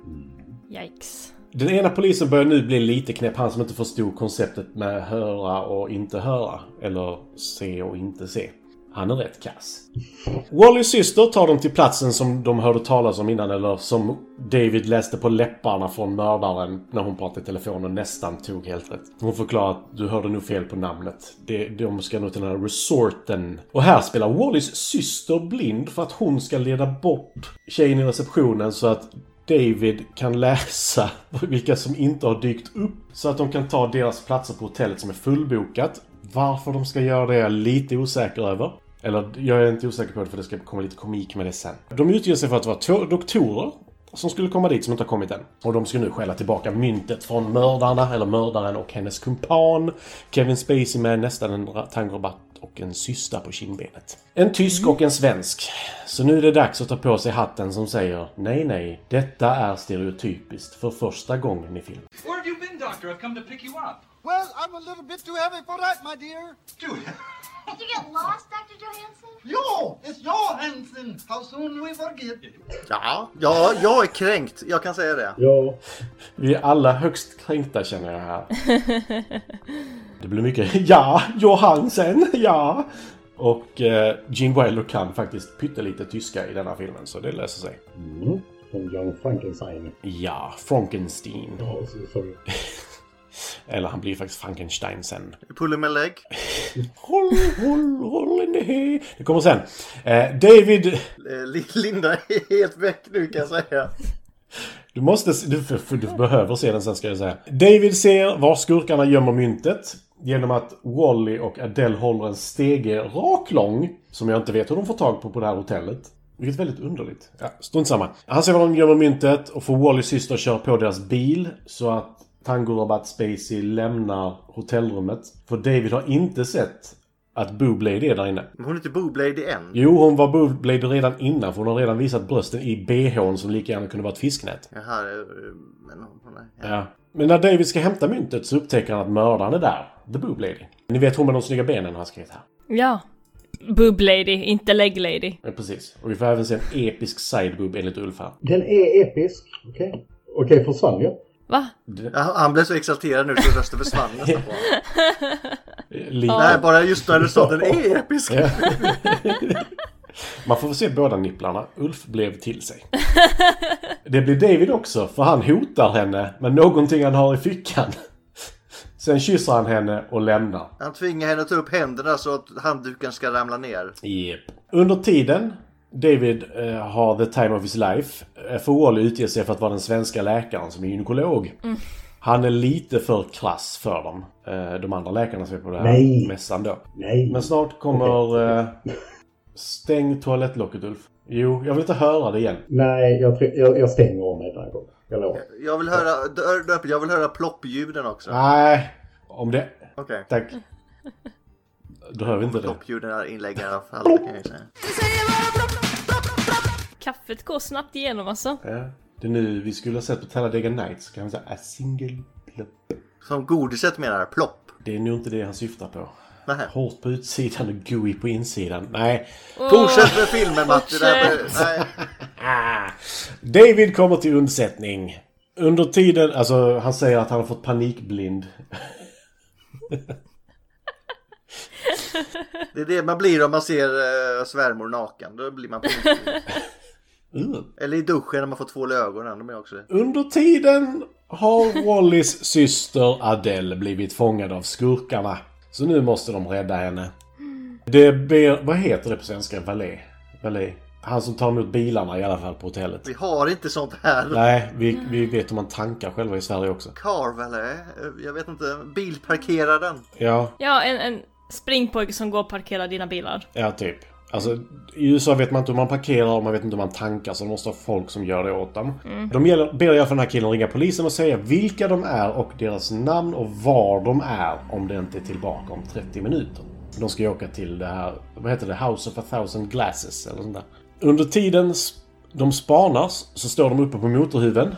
Yikes.
Den ena polisen börjar nu bli lite knäpp, han som inte förstod konceptet med höra och inte höra. Eller se och inte se. Han är rätt kass. Wallys syster tar dem till platsen som de hörde talas om innan, eller som David läste på läpparna från mördaren när hon pratade i telefon och nästan tog helt rätt. Hon förklarar att du hörde nog fel på namnet. Det- De ska nog till den här resorten. Och här spelar Wallys syster blind för att hon ska leda bort tjejen i receptionen så att David kan läsa vilka som inte har dykt upp så att de kan ta deras platser på hotellet som är fullbokat. Varför de ska göra det är jag lite osäker över. Eller jag är inte osäker på det för det ska komma lite komik med det sen. De utger sig för att vara två doktorer som skulle komma dit som inte har kommit än. Och de ska nu stjäla tillbaka myntet från mördarna, eller mördaren och hennes kumpan. Kevin Spacey med nästan en ra- tangorabatt och en cysta på kindbenet. En tysk och en svensk. Så nu är det dags att ta på sig hatten som säger Nej, nej, detta är stereotypiskt för första gången i film.
Where have you been, Doctor? I've come to pick you up.
Well, I'm a little bit too heavy for that, my dear.
Dude,
Did you get lost, Dr. Johansson?
Yo, it's Johansen. How soon we forget.
Ja, ja, jag är kränkt. Jag kan säga det.
Ja,
Vi är alla högst kränkta känner jag här. Det blir mycket ja, Johansen, ja. Och eh, Gene Wilder kan faktiskt pyttelite tyska i denna filmen, så det löser sig.
som Young Mm. Frankenstein.
Ja, Frankenstein.
Ja, så- sorry.
Eller han blir faktiskt Frankenstein sen.
Puller med leg.
Roll, roll, roll in the hay. Det kommer sen. Eh, David,
Eh, Li- Linda är helt väck nu kan jag säga.
du måste... se- Du, för, för, du behöver se den sen ska jag säga. David ser var skurkarna gömmer myntet. Genom att Wally och Adele håller en stege raklång. Som jag inte vet hur de får tag på på det här hotellet. Vilket är väldigt underligt. Ja, strunt samma. Han ser var de gömmer myntet och får Wallys syster köra på deras bil. Så att Tangorabat Spacey lämnar hotellrummet. För David har inte sett att Bublé är det där inne.
Men hon är inte Booblady än.
Jo, hon var boobblade redan innan för hon har redan visat brösten i bhn som lika gärna kunde vara ett fisknät.
Jaha, eh, men hon hon är... Ja.
Ja. Men när David ska hämta myntet så upptäcker han att mördaren är där. The boob lady. Ni vet hon med de snygga benen har skrivit här.
Ja. Boob lady, inte leg lady.
Ja, precis. Och vi får även se en episk sideboob enligt Ulf här.
Den är episk. Okej. Okej, försvann jag?
Va?
Ja, Han blev så exalterad nu så rösten försvann nästan på honom.
Eh, Lite.
Nej, bara just när du sa den är episk.
Ja. Man får väl se båda nipplarna. Ulf blev till sig. Det blir David också, för han hotar henne med någonting han har i fickan. Sen kysser han henne och lämnar.
Han tvingar henne att ta upp händerna så att handduken ska ramla ner.
Yep. Under tiden David eh, har the time of his life eh, får Wally utge sig för att vara den svenska läkaren som är gynekolog. Han är lite för krass för dem. Eh, de andra läkarna som är på den här
Nej.
mässan då.
Nej.
Men snart kommer... Eh, stäng toalettlocket Ulf. Jo, jag vill inte höra det igen.
Nej, jag, tror- jag, jag stänger av mig den här gången. Jag lovar.
Jag vill höra, dörr- dörr- jag vill höra ploppljuden också.
Nej, om det...
Okej.
Tack. Då hör vi inte det.
Ploppljuden är inlägg i alla fall. det kan jag ju säga.
Kaffet går snabbt igenom alltså.
Ja. Det är nu vi skulle ha sett på Talladega Nights. Kan man säga A single
Som godiset menar jag, plopp.
Det är nog inte det han syftar på.
Nähä.
Hårt på utsidan och gooey på insidan. Nej.
Fortsätt med filmen Matti. Det här med, nej.
Ah. David kommer till undsättning. Under tiden, alltså han säger att han har fått panikblind.
Det är det man blir om man ser eh, svärmor naken. Då blir man på
Uh.
Eller i duschen när man får två ögonen. De är också det.
Under tiden har Wallys syster Adele blivit fångad av skurkarna. Så nu måste de rädda henne. Det ber... Vad heter det på svenska? Valet? Valet? Han som tar emot bilarna i alla fall på hotellet.
Vi har inte sånt här.
Nej, vi, vi vet hur man tankar själva i Sverige också.
Carvele? eh? Jag vet inte. Bilparkeraren.
Ja,
Ja, en, en springpojke som går och parkerar dina bilar.
ja typ. Alltså, i USA vet man inte hur man parkerar och man vet inte hur man tankar så de måste ha folk som gör det åt dem. De gäller, ber i alla fall den här killen ringa polisen och säga vilka de är och deras namn och var de är om det inte är tillbaka om 30 minuter. De ska ju åka till det här, vad heter det, House of a thousand glasses eller sånt där. Under tiden s- de spanas så står de uppe på motorhuven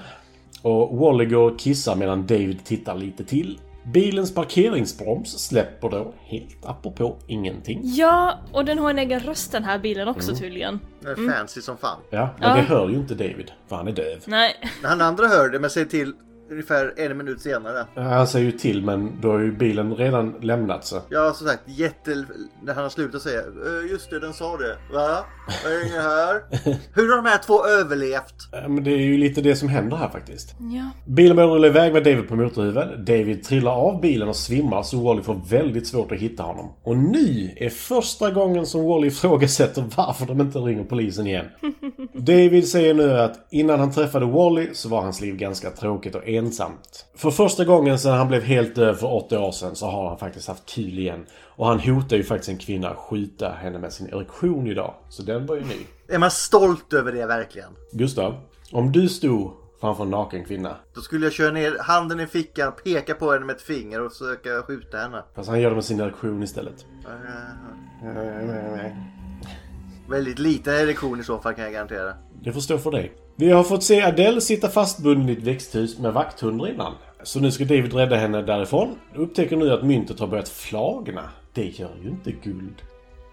och Wally går och kissar medan David tittar lite till. Bilens parkeringsbroms släpper då helt apropå ingenting.
Ja, och den har en egen röst den här bilen också tydligen.
Den är fancy som fan.
Ja, men
Ja.
det hör ju inte David, för han är döv.
Nej.
Han andra hör det men säger till ungefär en minut senare.
Han säger ju till, men då har ju bilen redan lämnat så.
Ja, som sagt, jätte... När han har slutat säga "Eh, Just det, den sa det. Va? Är ingen här? Hur har de här två överlevt?
Ja, Eh, Men det är ju lite det som händer här faktiskt.
Ja.
Bilen börjar rulla iväg med David på motorhuven. David trillar av bilen och svimmar så Wally får väldigt svårt att hitta honom. Och nu är första gången som Wally ifrågasätter varför de inte ringer polisen igen. David säger nu att innan han träffade Wally så var hans liv ganska tråkigt och ensamt. För första gången sedan han blev helt döv för 80 år sedan så har han faktiskt haft kul igen. Och han hotar ju faktiskt en kvinna att skjuta henne med sin erektion idag. Så den var ju ny.
Är man stolt över det verkligen?
Gustav, om du stod framför en naken kvinna
Då skulle jag köra ner handen i fickan, peka på henne med ett finger och försöka skjuta henne.
Fast han gör det med sin erektion istället.
Eh, väldigt liten erektion i så fall kan jag garantera.
Det får stå för dig. Vi har fått se Adele sitta fastbunden i ett växthus med vakthundar innan. Så nu ska David rädda henne därifrån. Du upptäcker nu att myntet har börjat flagna. Det gör ju inte guld.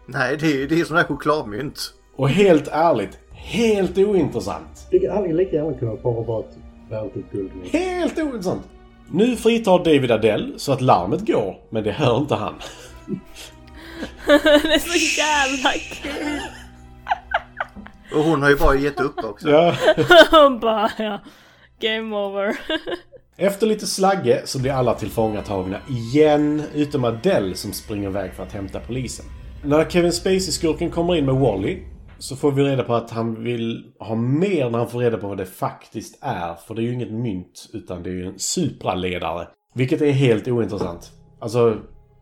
Nej, det är ju det är sån här chokladmynt.
Och helt ärligt, helt ointressant.
Det hade lika gärna kunnat bara vara ett väldigt guldmynt.
Helt ointressant! Nu fritar David Adele så att larmet går, men det hör inte han.
Den är så jävla kul!
Och hon har ju bara gett upp också.
Ja.
Hon bara ja. Game over.
Efter lite slagge så blir alla tillfångatagna igen, utom Adele som springer iväg för att hämta polisen. När Kevin Spacey-skurken kommer in med Wally så får vi reda på att han vill ha mer när han får reda på vad det faktiskt är. För det är ju inget mynt, utan det är ju en supraledare. Vilket är helt ointressant. Alltså,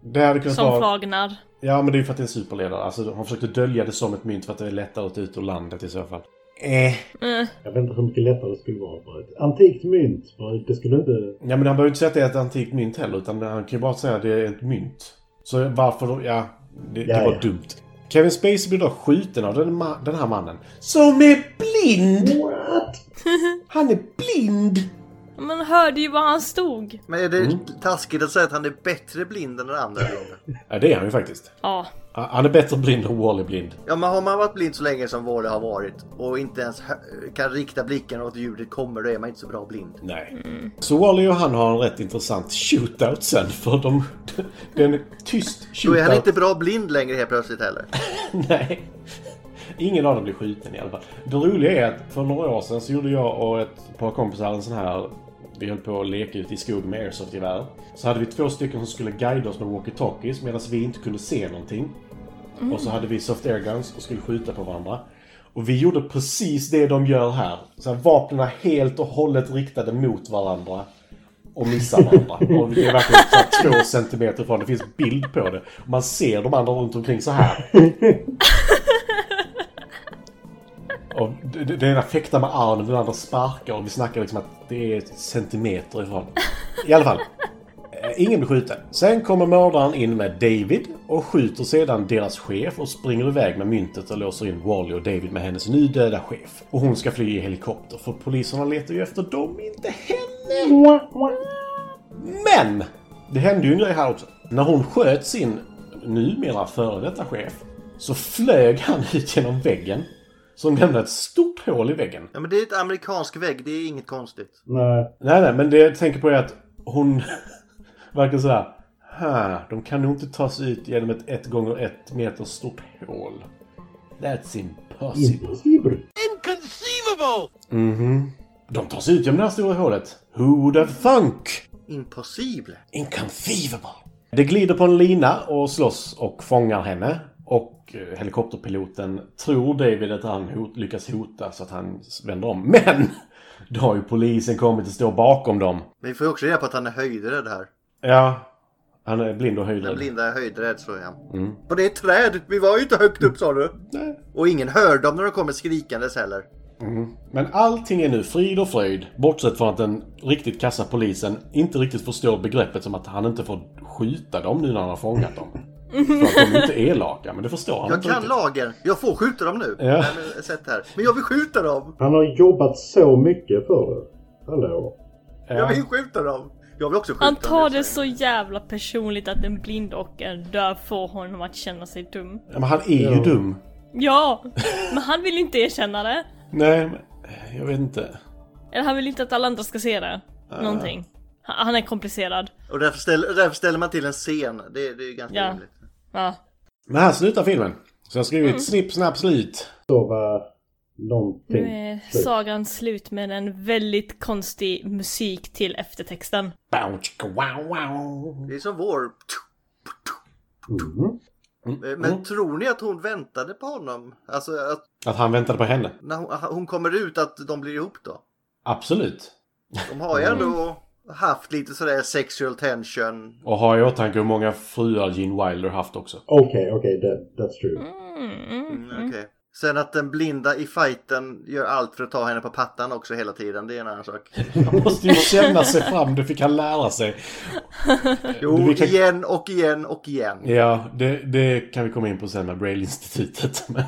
det hade kunnat
Som
vara...
flagnar.
Ja, men det är ju för att det är en superledare. Alltså, han försökte dölja det som ett mynt för att det är lättare att ta ut ur landet i så fall. Eh.
Jag vet inte hur mycket lättare det skulle vara. Bara ett antikt mynt. Bara, Det skulle inte...
Ja men han behöver inte säga att det är ett antikt mynt heller utan han kan ju bara säga att det är ett mynt. Så varför då? Ja, det, det
Ja,
var
ja.
dumt. Kevin Spacey blir då skjuten av den, ma- den här mannen. Som är blind!
What?
Han är blind!
Man hörde ju var han stod.
Men är det taskigt att säga att han är bättre blind än den andra? då?
Ja det är han ju faktiskt.
Ja.
Ha- Han är bättre blind än Wally blind.
Ja, men har man varit blind så länge som Wally har varit och inte ens hö- kan rikta blicken åt ljudet kommer, då är man inte så bra blind.
Nej.
Mm.
Så Wally och han har en rätt intressant shootout sen för de... Det är en tyst
Då
shootout.
är han inte bra blind längre helt plötsligt heller.
Nej. Ingen av dem blir skjuten i alla fall. Det roliga är att för några år sedan så gjorde jag och ett par kompisar en sån här... Vi höll på att leka ute i skogen med airsoft-gevär. Så hade vi två stycken som skulle guida oss med walkie-talkies medan vi inte kunde se någonting. Och så hade vi soft airguns och skulle skjuta på varandra. Och vi gjorde precis det de gör här. Så här vapnen helt och hållet riktade mot varandra. Och missar varandra. Och det är verkligen så här två centimeter ifrån. Det finns bild på det. Man ser de andra runt omkring så här. Och det- det- den ena fäktar med armen, den andra sparkar och vi snackar liksom att det är centimeter ifrån. I alla fall. eh, Ingen blir skjuten. Sen kommer mördaren in med David och skjuter sedan deras chef och springer iväg med myntet och låser in Wally och David med hennes nu döda chef. Och hon ska fly i helikopter för poliserna letar ju efter dem, inte henne! Men! Det hände ju en grej här också. När hon sköt sin numera före detta chef så flög han ut genom väggen. Som lämnade ett stort hål i väggen.
Ja men det är ett amerikansk vägg, det är inget konstigt.
Nej.
Nej, nej, men det jag tänker på är att hon verkar så här. "Ha, de kan nog inte ta sig ut genom ett 1 gånger 1 meter stort hål. That's impossible.
Impossible.
Mhm. De tar sig ut genom det här stora hålet. Who would have thunk?
Impossible.
Inconceivable. Det glider på en lina och slåss och fångar henne. Och eh, helikopterpiloten tror David att han hot, lyckas hota så att han s- vänder om. Men! Då har ju polisen kommit och står bakom dem.
Men vi får ju också reda på att han är höjdrädd här.
Ja. Han är blind och
Den
höjdrädd.
blinda är höjdrädd så är han.
Mm.
Och det är ett träd, vi var ju inte högt upp sa du.
Nej.
Och ingen hör dem när de kommer skrikandes heller.
Mm. Men allting är nu frid och fröjd. Bortsett från att den riktigt kassa polisen inte riktigt förstår begreppet som att han inte får skjuta dem nu när han har fångat dem. För att de är inte elaka, men det förstår han
Jag
inte
kan
riktigt.
lagen, jag får skjuta dem nu.
Ja.
Nej, men, sätt här. Men jag vill skjuta dem!
Han har jobbat så mycket för det. Hallå.
Jag
Ja.
vill skjuta dem! Jag vill också skjuta
Han
dem.
tar
jag
det
säger.
så jävla personligt att en blind och en döv får honom att känna sig dum.
Ja, Men han är ju
Ja.
dum.
Ja! Men han vill inte erkänna det.
Nej, men eh, jag vet inte.
Eller han vill inte att alla andra ska se det. Någonting. Han han är komplicerad.
Och därför ställer, därför ställer man till en scen. Det, det är ju ganska
Ja.
rimligt.
Ja.
Men här slutar filmen. Så jag har skrivit snipp, snapp, slut.
Så var någonting.
Nu är sagan slut med en väldigt konstig musik till eftertexten.
Bow, chicka, wow, wow.
Det är som vår. Eh,
Mhm.
Men
Mm.
tror ni att hon väntade på honom? Alltså att
Att han väntade på henne.
när hon, hon kommer ut att de blir ihop då?
Absolut.
De har
Mm.
ju ändå haft lite sådär sexual tension.
Och har i åtanke hur många fruar Gene Wilder haft också.
Okej, okej, that, that's true.
Mm, okej. Sen att den blinda i fighten gör allt för att ta henne på pattan också hela tiden, det är en annan sak.
Han måste ju känna sig fram, det fick han lära sig.
Jo,
Vi kan-
igen och igen och igen.
Ja, det, det kan vi komma in på sen med Braille-institutet. Men,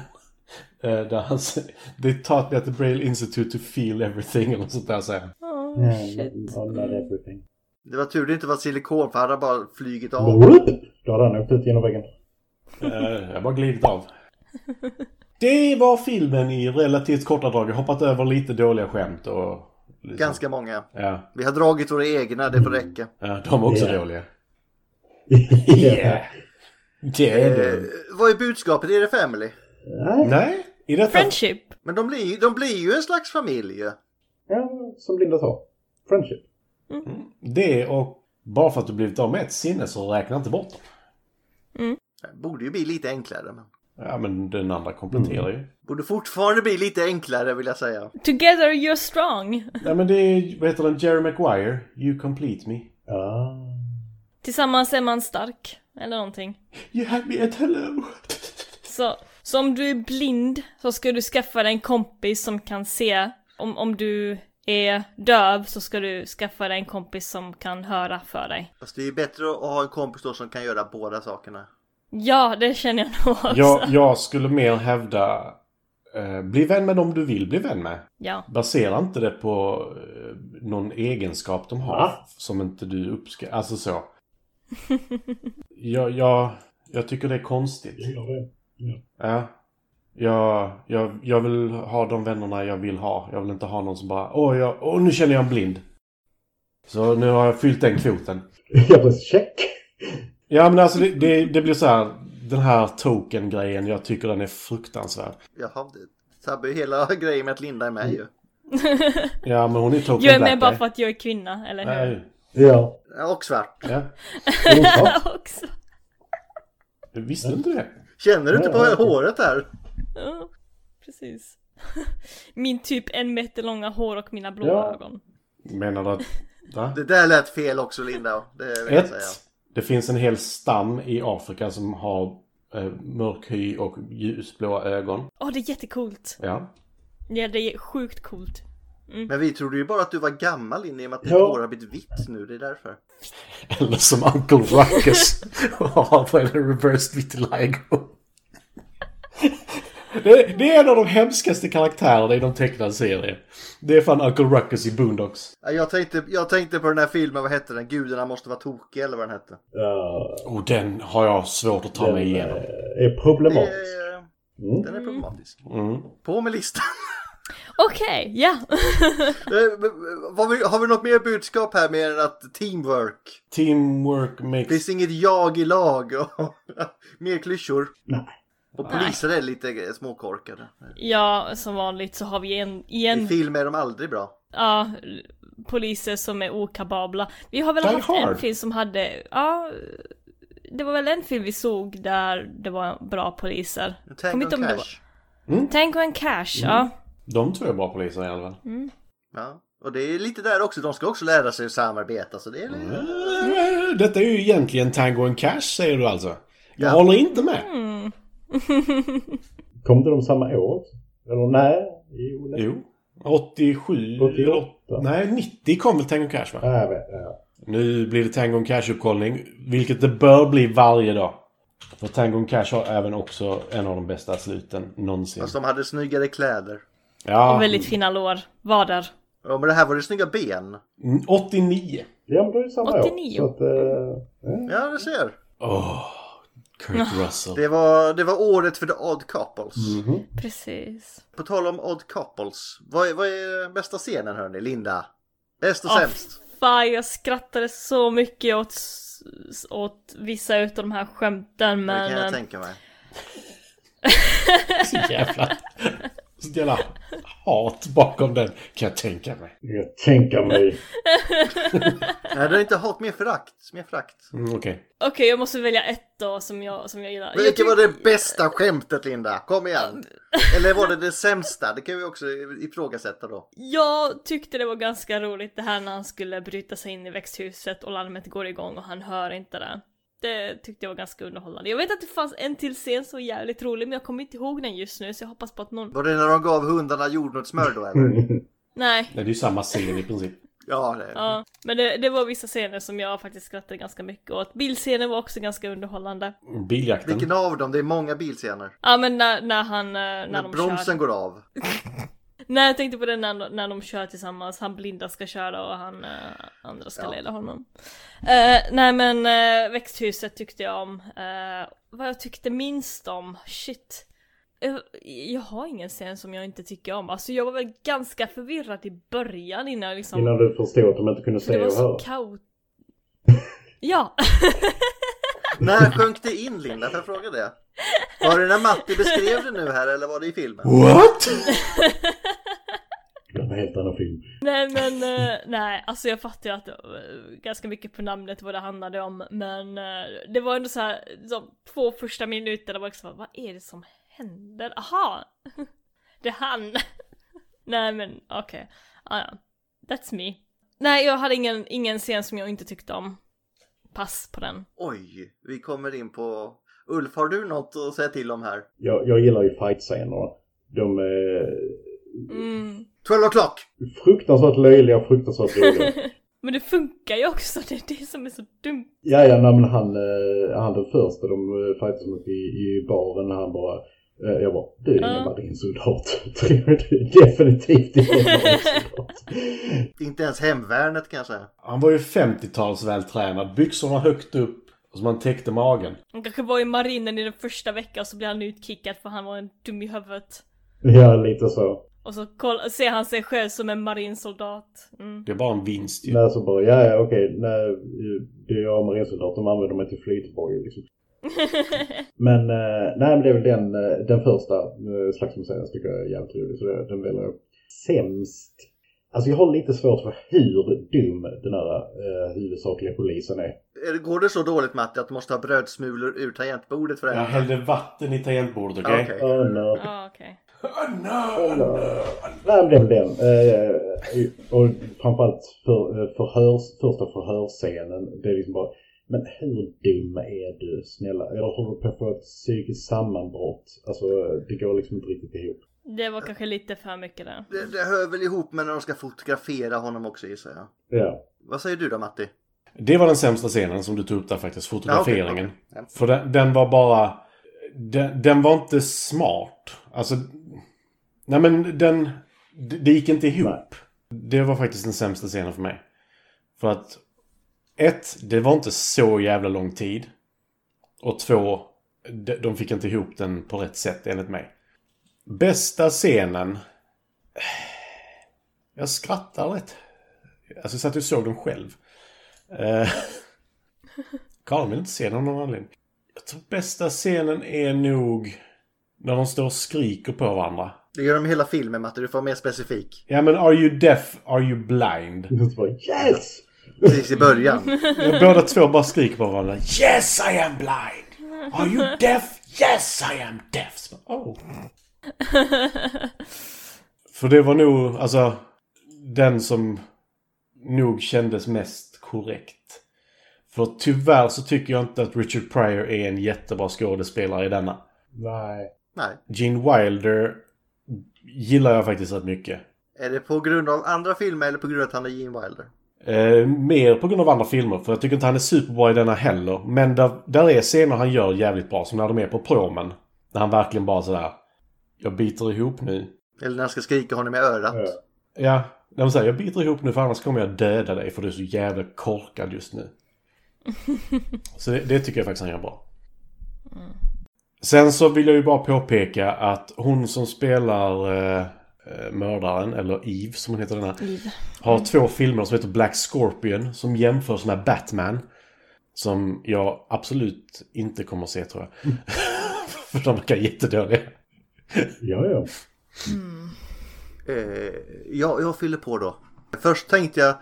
eh, där han säger, They taught me at the Braille Institute to feel everything eller något sånt där säger han.
Oh, shit.
Yeah, on that everything.
Det var tur det inte var silikon för han hade bara flugit
Mm.
av.
Bloop! Då hade han åkt ut genom väggen.
Eh, Jag bara glidit av. Det var filmen i relativt korta drag. Jag har hoppat över lite dåliga skämt och... liksom-
Ganska många.
Ja,
Vi har dragit våra egna, det får
Mm.
räcka.
ja, de är också
Yeah.
dåliga.
Yeah.
Det är
Eh,
det.
vad är budskapet? Är det family?
Nej,
Nej, i detta...
Friendship!
Men de blir, ju- de blir ju en slags familj ju.
ja, som Linda sa. Friendship.
Det och... Bara för att du blivit av med ett sinne så räkna inte bort dem.
Borde ju bli lite enklare. Men...
Ja, men den andra kompletterar ju.
Borde fortfarande bli lite enklare vill jag säga.
Together you're strong!
Nej, men det är... Vad heter den? Jerry Maguire. You complete me.
Ah.
Tillsammans är man stark. Eller någonting.
You have me at hello.
Så, så om du är blind så ska du skaffa dig en kompis som kan se. Om, om du är döv så ska du skaffa dig en kompis som kan höra för dig.
Fast det är ju bättre att ha en kompis då som kan göra båda sakerna.
Ja, det känner jag nog också.
jag,
Alltså.
jag skulle mer hävda... eh, bli vän med dem du vill bli vän med.
Ja.
Basera inte det på eh, någon egenskap de har
Va?
som inte du uppskattar. Alltså så. jag, jag, jag tycker det är konstigt.
Gillar det.
Ja. Jag, jag, jag vill ha de vännerna jag vill ha. Jag vill inte ha någon som bara åh, jag, åh nu känner jag en blind. Så nu har jag fyllt den kvoten.
Ja, precis. Check!
Ja men alltså det, det, det blir så här. Den här token-grejen, jag tycker den är fruktansvärd.
Jaha, det sabbar ju hela grejen med att Linda är med ju.
Ja men hon är token eh.
Jag är
black
med bara
guy.
för att jag är kvinna, eller hur?
Nej.
Ja.
Ja, Och svart.
Ja.
Ja.
också.
Jag Visste du inte det?
Känner du inte på
Ja, ja.
håret här?
Ja, precis. Min typ en meter långa hår och mina blå
Ja.
ögon.
Menar du att... Va?
Det där lät fel också Linda. Det vill jag
Ett,
säga.
det finns en hel stam i Afrika som har eh, mörk hy och ljusblåa ögon.
Åh, det är jättecoolt.
Ja.
Ja, det är sjukt coolt.
Men vi trodde ju bara att du var gammal Linda i och med att ditt
Ja.
hår har blivit vitt nu. Det är därför.
Eller som Uncle Ruckus har på en reversed vitiligo. Det, det är en av de hemskaste karaktärerna i de tecknade serien. Det är fan Uncle Ruckus i Boondocks.
Ja, Jag tänkte, jag tänkte på den här filmen, vad hette den? Gudarna måste vara tokiga eller vad den hette.
Ja,
Och den har jag svårt att ta mig
den,
igenom.
eh, är
Det
problematisk.
är, eh,
Mm.
den är problematisk.
Mm.
På med listan.
Okej, ja.
Eh, men, eh, vad vi- Har vi något mer budskap här mer än att teamwork?
Teamwork
Det
makes...
finns inget jag i lag och mer klyschor.
Nej.
Och poliser är lite småkorkade.
ja, som vanligt så har vi en,
I
igen,
film är de aldrig bra.
ja, l- poliser som är okapabla. Vi har väl
Die
haft en
Hard.
film som hade, ja, det var väl en film vi såg där det var bra poliser. Kom
Tango
inte om det
Cash.
Tango and Cash, ja.
De två är bra poliser i alla fall.
Ja. Och det är lite där också, de ska också lära sig att samarbeta så det är lite...
Mm.
Eh, Detta är ju egentligen Tango and Cash säger du alltså. Jag
Ja.
håller inte med.
Kom inte de samma år också? Eller nej? Jo, nej.
Jo. 87...
88.
Nej, 90 kom väl Tango and Cash va?
Ja, jag vet, ja.
Nu blir det Tango and Cash-uppkollning, vilket det bör bli varje dag. För Tango and Cash har även också en av de bästa sluten någonsin.
Fast de hade snyggare kläder.
ja,
Och väldigt fina lår, var där.
Ja men det här var det snygga ben.
Mm, 89.
ja, men då är det samma
89.
år. Så att, eh,
Ja du ser.
Åh, Kurt Russell.
Det var, det var året för the odd couples.
Precis.
På tal om odd couples. Vad är, vad är bästa scenen hörni? Linda? Bäst och
Ja,
sämst?
Ah, Fan, jag skrattade så mycket åt, s- åt vissa utav de här skämten
Det
men...
kan jag
eh,
tänka mig.
Så jävla... Så jävla hat bakom den, kan jag tänka mig.
jag tänker mig.
Nej det är inte hat, mer förakt. Mer förakt.
Mm, Okej.
Okej, jag måste välja ett då som jag, som jag gillar. Jag
Vilket var
tyck-
det bästa skämtet Linda? Kom igen! Eller var det det sämsta? Det kan vi också ifrågasätta då.
Jag tyckte det var ganska roligt det här när han skulle bryta sig in i växthuset och larmet går igång och han hör inte det. Det tyckte jag var ganska underhållande. Jag vet att det fanns en till scen som var jävligt rolig men jag kommer inte ihåg den just nu så jag hoppas på att någon...
Var det när de gav hundarna jordnötssmör då eller?
Nej.
Det är ju samma scen i princip.
Ja, det.
Ja, men det, det var vissa scener som jag faktiskt skrattade ganska mycket åt. Bildscenen var också ganska underhållande.
Biljakten.
Vilken av dem? Det är många bilscener.
Ja men när, när han, eh, när, när
När
de
bromsen
kör.
går av.
Nej jag tänkte på det när, när de kör tillsammans, han blinda ska köra och han eh, andra ska
Ja.
leda honom. Eh, nej men eh, växthuset tyckte jag om. Eh, vad jag tyckte minst om, shit. Eh, Jag har ingen scen som jag inte tycker om. Alltså jag var väl ganska förvirrad i början innan jag liksom...
Innan du förstod att de inte kunde
för det
se
var
och
så
höra.
kaot... Ja!
När sjönk det in Linda? Får jag fråga det? Var det när Matti beskrev det nu här eller var det i filmen?
What?
Det var en helt annan film.
Nej men eh, nej, alltså jag fattar ju att eh, ganska mycket på namnet vad det handlade om men eh, det var ändå så här, de två första minuterna var liksom vad är det som händer? Aha! Det är han! nej men okej, ah, ja. That's me. Nej jag hade ingen, ingen scen som jag inte tyckte om. Pass på den.
Oj, vi kommer in på... Ulf, har du något att säga till om här?
Jag, jag gillar ju fight-scenerna. De är
Mm.
12 o'clock!
fruktansvärt löjliga och fruktansvärt roliga.
Men det funkar ju också, det är det som är så dumt.
Ja, ja, nej, men han, eh, han den första de eh, fightades mot i, i baren, han bara, eh, jag bara, du är ingen
Ja.
marinsoldat. Du är definitivt ingen marinsoldat.
Inte ens hemvärnet kan jag säga.
Han var ju 50-tals vältränad. Byxorna högt upp. Och så man täckte magen.
Han kanske var i marinen i den första veckan och så blev han utkickad för han var en dum i huvudet.
Ja, lite så.
Och så koll- ser han sig själv som en marinsoldat. Mm.
Det är bara en vinst ju.
Nej, så bara, ja, ja, okej, nej, eh, det är jag marinsoldat, de använder mig till flytbojor liksom. men, eh, nej, men det är väl den, eh, den första eh, slagsmålscenen tycker jag är jävligt rolig, så det- den väljer jag. Sämst. Alltså jag har lite svårt för hur dum den här eh, huvudsakliga polisen är.
Är- Går det så dåligt Matti att du måste ha brödsmulor ur tangentbordet för det?
Jag
här?
hällde vatten i tangentbordet, okej?
Okej.
Okay?
Oh no.
Ah, okej.
no,
Nej men det är väl den. Eh, och framförallt för, eh, förhörs, första förhörsscenen. Det är liksom bara, men hur dum är du snälla? Eller håller du på att få ett psykiskt sammanbrott? Alltså det går liksom inte riktigt ihop.
Det var kanske lite för mycket där.
Det, det hör väl ihop med när de ska fotografera honom också gissar jag.
Ja.
Vad säger du då Matti?
Det var den sämsta scenen som du tog upp där faktiskt, fotograferingen.
Ja, okej, okej.
För den, den var bara... Den, den var inte smart. Alltså... Nej men den... Det det gick inte ihop.
Nej.
Det var faktiskt den sämsta scenen för mig. För att... Ett, det var inte så jävla lång tid. Och två, de de fick inte ihop den på rätt sätt enligt mig. Bästa scenen... Jag skrattar rätt. Alltså jag satt och såg den själv. Eh, Karin vill inte se den av någon anledning. Jag tror bästa scenen är nog när de står och skriker på varandra.
Det gör de i hela filmen Matte, du får vara mer specifik.
Ja men are you deaf? Are you blind?
Så bara, yes!
Precis i början.
Ja, Båda två bara skriker på varandra. Yes I am blind! Are you deaf? Yes I am deaf! Så bara, Oh. För det var nog, alltså, den som nog kändes mest korrekt. För tyvärr så tycker jag inte att Richard Pryor är en jättebra skådespelare i denna.
Nej.
Nej.
Gene Wilder gillar jag faktiskt rätt mycket.
Är det på grund av andra filmer eller på grund av att han är Gene Wilder?
Eh, mer på grund av andra filmer, för jag tycker inte han är superbra i denna heller. Men där, där är scener han gör jävligt bra, som när de är på promen. När han verkligen bara sådär... Jag biter ihop nu.
Eller när han ska skrika honom i örat.
Ja.
Ja, när man säger jag biter ihop nu för annars kommer jag döda dig för du är så jävla korkad just nu. så det, det tycker jag faktiskt han gör bra. Sen så vill jag ju bara påpeka att hon som spelar eh, eh, mördaren, eller Eve som hon heter den här, har två filmer som heter Black Scorpion som jämförs med Batman. Som jag absolut inte kommer att se tror jag. för de verkar jättedåliga.
Ja, ja.
Eh, jag, jag fyller på då. Först tänkte jag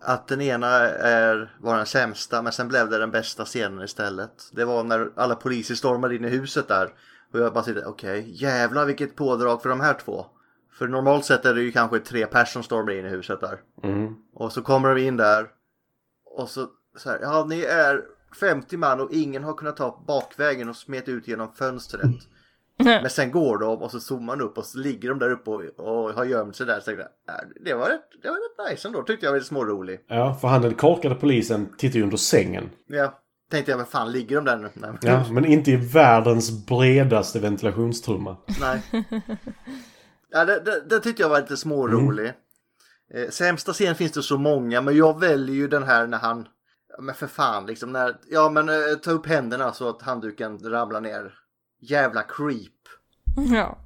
att den ena är, var den sämsta men sen blev det den bästa scenen istället. Det var när alla poliser stormade in i huset där. Och jag bara sitter, okej jävlar vilket pådrag för de här två. För normalt sett är det ju kanske tre personer som stormar in i huset där.
Mm.
Och så kommer de in där. Och så, så här, ja ni är 50 man och ingen har kunnat ta bakvägen och smeta ut genom fönstret. Men sen går de och så zoomar man upp och så ligger de där uppe och, och har gömt sig där. Så jag, "Äh, det, var rätt, det var rätt nice ändå tyckte jag, var lite smårolig.
Ja, för han den korkade polisen tittar ju under sängen.
Men jag tänkte, ja men fan ligger de där nu? Nej, men-
Ja, men inte i världens bredaste ventilationstrumma.
nej. Ja, det, det, det tyckte jag var lite smårolig.
Mm.
Eh, sämsta scen finns det så många men jag väljer ju den här när han, ja, men för fan liksom, när, ja men eh, ta upp händerna så att handduken ramlar ner. Jävla creep.
Ja.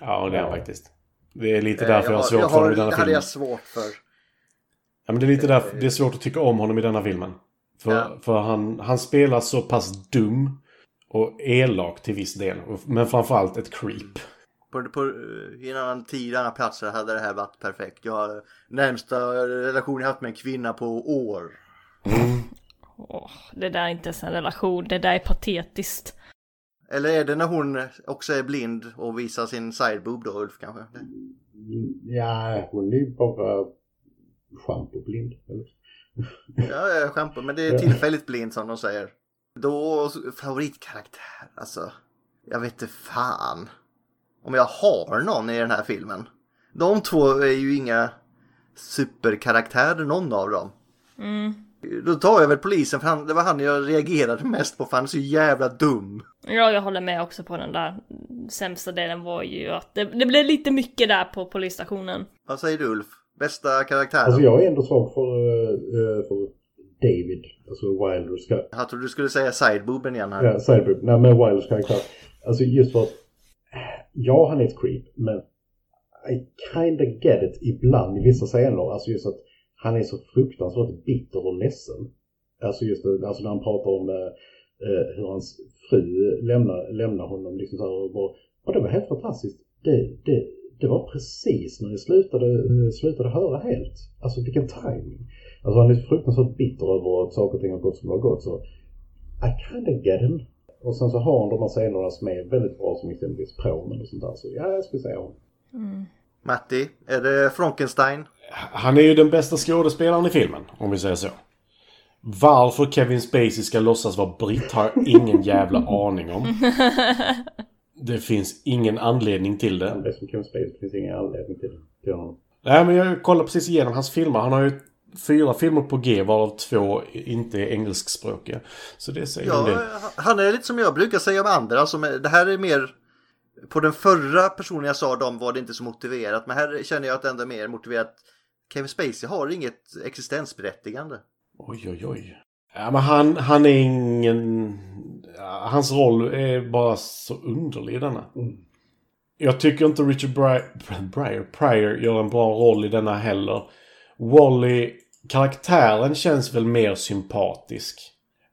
Ja, det är han faktiskt. Det är lite
Eh,
därför jag har svårt för honom i
har,
denna
Det hade
filmen.
jag svårt för.
Ja, men det är lite därför det är svårt att tycka om honom i denna filmen. För,
Ja.
för han, han spelar så pass dum och elak till viss del. och- Men framförallt ett creep.
På, på, eh, I en annan tid, andra platser hade det här varit perfekt. Jag har närmsta relation jag haft med en kvinna på år.
Åh, det där är inte ens en relation, det där är patetiskt.
Eller är det när hon också är blind och visar sin sideboob då, Ulf kanske? Det-
Ja, hon är ju bara schampoblind. eller?
Ja, jag skämtar, men det är tillfälligt blind som de säger. Då, favoritkaraktär, alltså. Jag vet inte fan. Om jag har någon i den här filmen. De två är ju inga superkaraktärer, någon av dem.
Mm.
Då tar jag väl polisen för han, det var han jag reagerade mest på för han är så jävla dum.
Ja, jag håller med också på den där. Sämsta delen var ju att det, det blev lite mycket där på polisstationen.
Vad säger du Ulf? Bästa karaktären?
Alltså jag är ändå svag för, eh, eh, för David, alltså Wilders karaktär.
Jag trodde du skulle säga sidebooben igen här.
Ja, Cyberpunk. Nej, men Wilders karaktär. Alltså just för att, ja han är ett creep, men I kinda get it ibland i vissa scener. Alltså just att han är så fruktansvärt bitter och ledsen. Alltså just det, alltså när han pratar om eh, eh, hur hans fru lämnar, lämnar honom liksom så här och bara, och det var helt fantastiskt. Det, det, det var precis när jag slutade, eh, slutade höra helt. Alltså vilken timing. Alltså han är fruktansvärt bitter över att saker och ting har gått som det har gått. Så i kinda get him. Och sen så har hon de här scenerna som är väldigt bra som exempelvis promen och sånt där. Så ja, jag skulle säga hon.
Matti, är det Frankenstein?
Han är ju den bästa skådespelaren i filmen, om vi säger så. Varför Kevin Spacey ska låtsas vara britt har jag ingen jävla aning om. Det finns ingen anledning till det.
Det som Kevin Spacey, det finns ingen anledning till, till honom.
Nej, men jag kollade precis igenom hans filmer. Han har ju fyra filmer på G, varav två inte är engelskspråkiga. Så det säger en
Ja,
del.
han är lite som jag brukar säga om andra. Som är, det här är mer På den förra personen jag sa dem var det inte så motiverat, men här känner jag att det ändå är mer motiverat. Kevin Spacey har inget existensberättigande.
Oj, oj, oj. Ja, men han, han är ingen... ja, Hans roll är bara så underlig i denna. Jag tycker inte Richard Bri- Pryor, Pryor gör en bra roll i denna heller. Wally, karaktären känns väl mer sympatisk.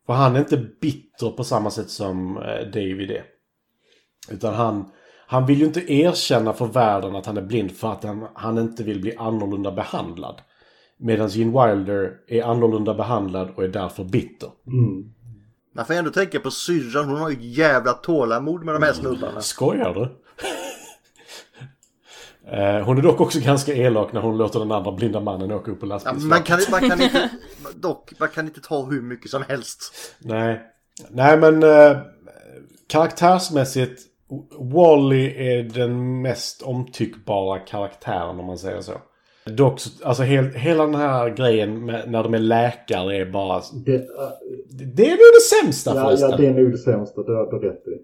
För han är inte bitter på samma sätt som eh, David är. Utan han, han vill ju inte erkänna för världen att han är blind för att han, han inte vill bli annorlunda behandlad. Medan Gene Wilder är annorlunda behandlad och är därför bitter.
Man får ändå tänka på syrran, hon har ju ett jävla tålamod med de här snubbarna.
Skojar du? Eh, Hon är dock också ganska elak när hon låter den andra blinda mannen åka upp på
Ja,
lastbilsflaket.
man, kan, man kan inte, dock, man kan inte ta hur mycket som helst.
Nej. Nej, men eh, karaktärsmässigt, Wally är den mest omtyckbara karaktären om man säger så. Dock, så- alltså hel, hela den här grejen med, när de är läkare är bara...
Det, äh,
Det, det är nog det sämsta
ja,
förresten.
ja, det är nog det sämsta. Det har du rätt i.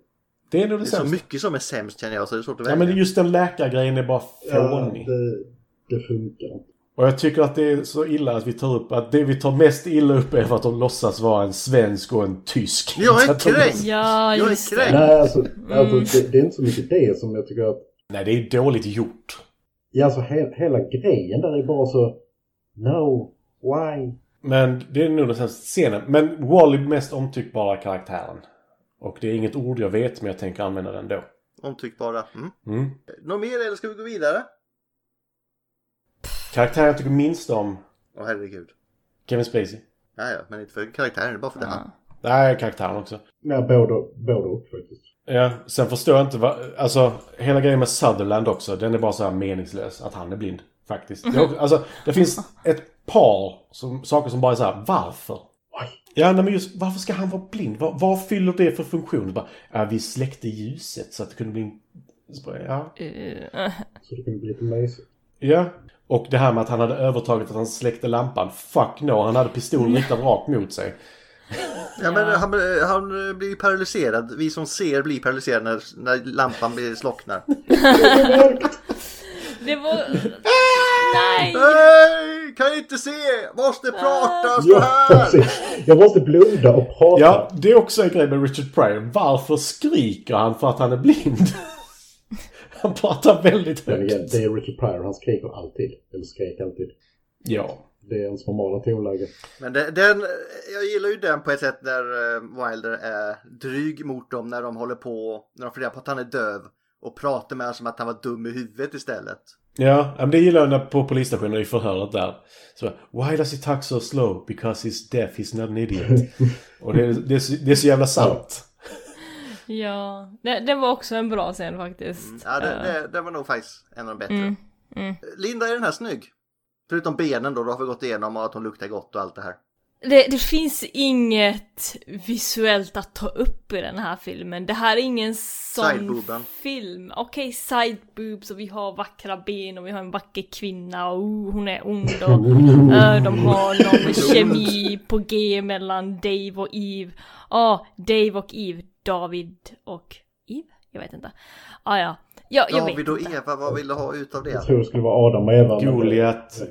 det är nog det,
Det är så
sämsta.
mycket som är sämst känner jag, så det är svårt att
Ja,
välja.
men just den läkargrejen är bara
Ja,
fånig.
det, det funkar inte.
Och jag tycker att det är så illa att vi tar upp att det vi tar mest illa upp är för att de låtsas vara en svensk och en tysk.
Jag är
Så att de-
kränkt.
Ja,
Jag är
just
kränkt.
det.
Nej, alltså, alltså det, det är inte så mycket det som jag tycker att...
Nej, det är dåligt gjort.
Ja, alltså he, hela grejen där är bara så... No, why?
Men det är nog den sämsta scenen. Men Wally mest omtyckbara karaktären. Och det är inget ord jag vet, men jag tänker använda den då.
Omtyckbara. Mm.
Mm.
Något mer eller ska vi gå vidare?
Karaktären jag tycker minst om,
Åh herregud.
Kevin Spacey.
Ja, ja, men inte för karaktären, det är bara för det.
Nej, karaktären också.
Nej, både, både och faktiskt.
Ja, sen förstår jag inte vad... Alltså, hela grejen med Sutherland också, den är bara så här meningslös. Att han är blind, faktiskt. Det, är också- alltså, det finns ett par som, saker som bara är så här, varför? Ja, nej, men just varför ska han vara blind? Vad, vad fyller det för funktion? Bara, ja, vi släckte ljuset så att det kunde bli en... så bara, Ja.
Eh,
Så det kan bli lite mysigt.
ja. Och det här med att han hade övertaget att han släckte lampan. Fuck no, han hade pistolen riktad rakt mot sig.
Ja, men han, han blir paralyserad. Vi som ser blir paralyserade när, när lampan blir slocknar.
Det var... Nej!
Nej, kan jag inte se! Måste prata så
Ja,
här!
precis. Jag måste blunda och prata.
Ja, det är också en grej med Richard Pryor. Varför skriker han för att han är blind? Han pratar väldigt
Men igen,
högt.
det är Richard Pryor, han skriker alltid. Eller skrek alltid.
Ja.
Det är ens normala tonläge.
Men den, den, jag gillar ju den på ett sätt när eh, Wilder är dryg mot dem när de håller på, när de får reda på att han är döv och pratar med honom som att han var dum i huvudet istället.
Ja, men det gillar jag när på polisstationen i förhöret där. Så, Why does he talk so slow? Because he's deaf, he's not an idiot. Och det är, det är, så, det är så jävla sant.
Ja, det, det var också en bra scen faktiskt.
Ja, det,
Eh,
det, det var nog faktiskt en av de bättre.
Mm.
Linda, är den här snygg? Förutom benen då, då har vi gått igenom och att hon luktar gott och allt det här.
Det, det finns inget visuellt att ta upp i den här filmen. Det här är ingen sån
Sidebooben.
film. Okej, side boobs och vi har vackra ben och vi har en vacker kvinna och oh, hon är ond och eh, de har någon kemi på G mellan Dave och Eve. Ja, Dave och Eve. David och Eve? Jag vet inte. Ah, ja, ja. Jag vet
David och
inte.
Eva, vad vill du ha utav det?
Jag tror det skulle vara Adam och Eva. men-
Goliat. eh,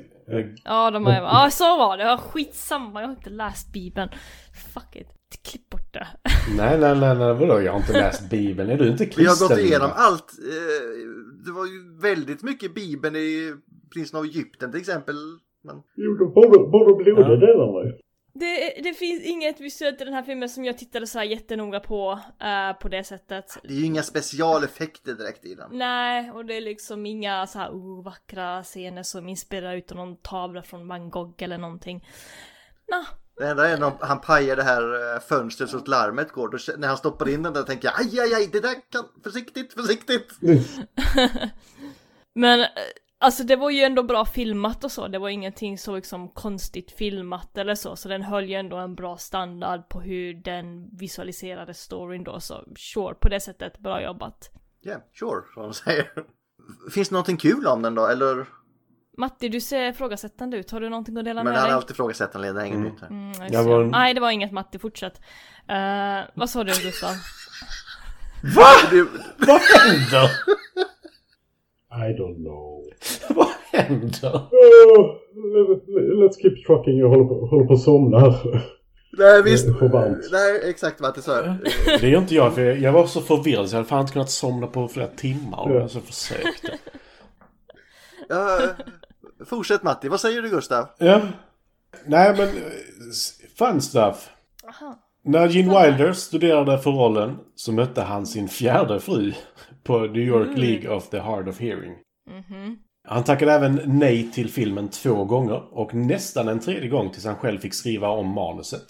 Ja, de har ju... Ja, så var det. Ja, skitsamma, jag har inte läst Bibeln. Fuck it. Klipp bort det.
Nej, nej, nej, nej, vadå? Jag har inte läst Bibeln. Är du inte kristen?
Vi har gått igenom
Linda?
allt. eh, Det var ju väldigt mycket Bibeln i Prinsen av Egypten till exempel. Men
Jo, då både, både blod
Ja.
och delarna ju.
Det, det finns inget visuellt i den här filmen som jag tittade så här jättenoga på, eh, på det sättet.
det är ju inga specialeffekter direkt i den.
Nej, och det är liksom inga så här oh, vackra scener som inspirerar utan någon tavla från van Gogh eller någonting. Nå,
Det enda är när han pajar det här eh, fönstret så att larmet går. Då, känner- när han stoppar in den där tänker jag aj, aj, aj, det där kan... Försiktigt, försiktigt!
Men eh, alltså det var ju ändå bra filmat och så, det var ingenting så liksom konstigt filmat eller så, så den höll ju ändå en bra standard på hur den visualiserade storyn då, så sure, på det sättet, bra jobbat.
Yeah, sure, som de säger. Finns det någonting kul om den då, eller?
Matti, du ser ifrågasättande ut, har du någonting att dela
Men
med
han
dig?
har alltid frågat den ledaren, hänger ut här.
Mm,
Jag
jag
var-
ser. Nej, det var inget Matti, fortsätt. Eh, vad sa du Gustav?
Va?
Det,
Vad händer?
I don't know.
Vad händer?
Oh, let's keep trucking. Jag håller på, håller på att somna här.
nej visst.
På band.
Nej exakt Matte, så här.
Det gör inte jag, för jag var så förvirrad så jag hade fan inte kunnat somna på flera timmar om jag så försökte.
Ja, fortsätt Matti, vad säger du Gustav?
Ja. Ehm, Nej, men eh, s- fun stuff.
Aha.
När Gene Wilder studerade för rollen så mötte han sin fjärde fru på New York League of the Hard of Hearing. Han tackade även nej till filmen två gånger och nästan en tredje gång tills han själv fick skriva om manuset.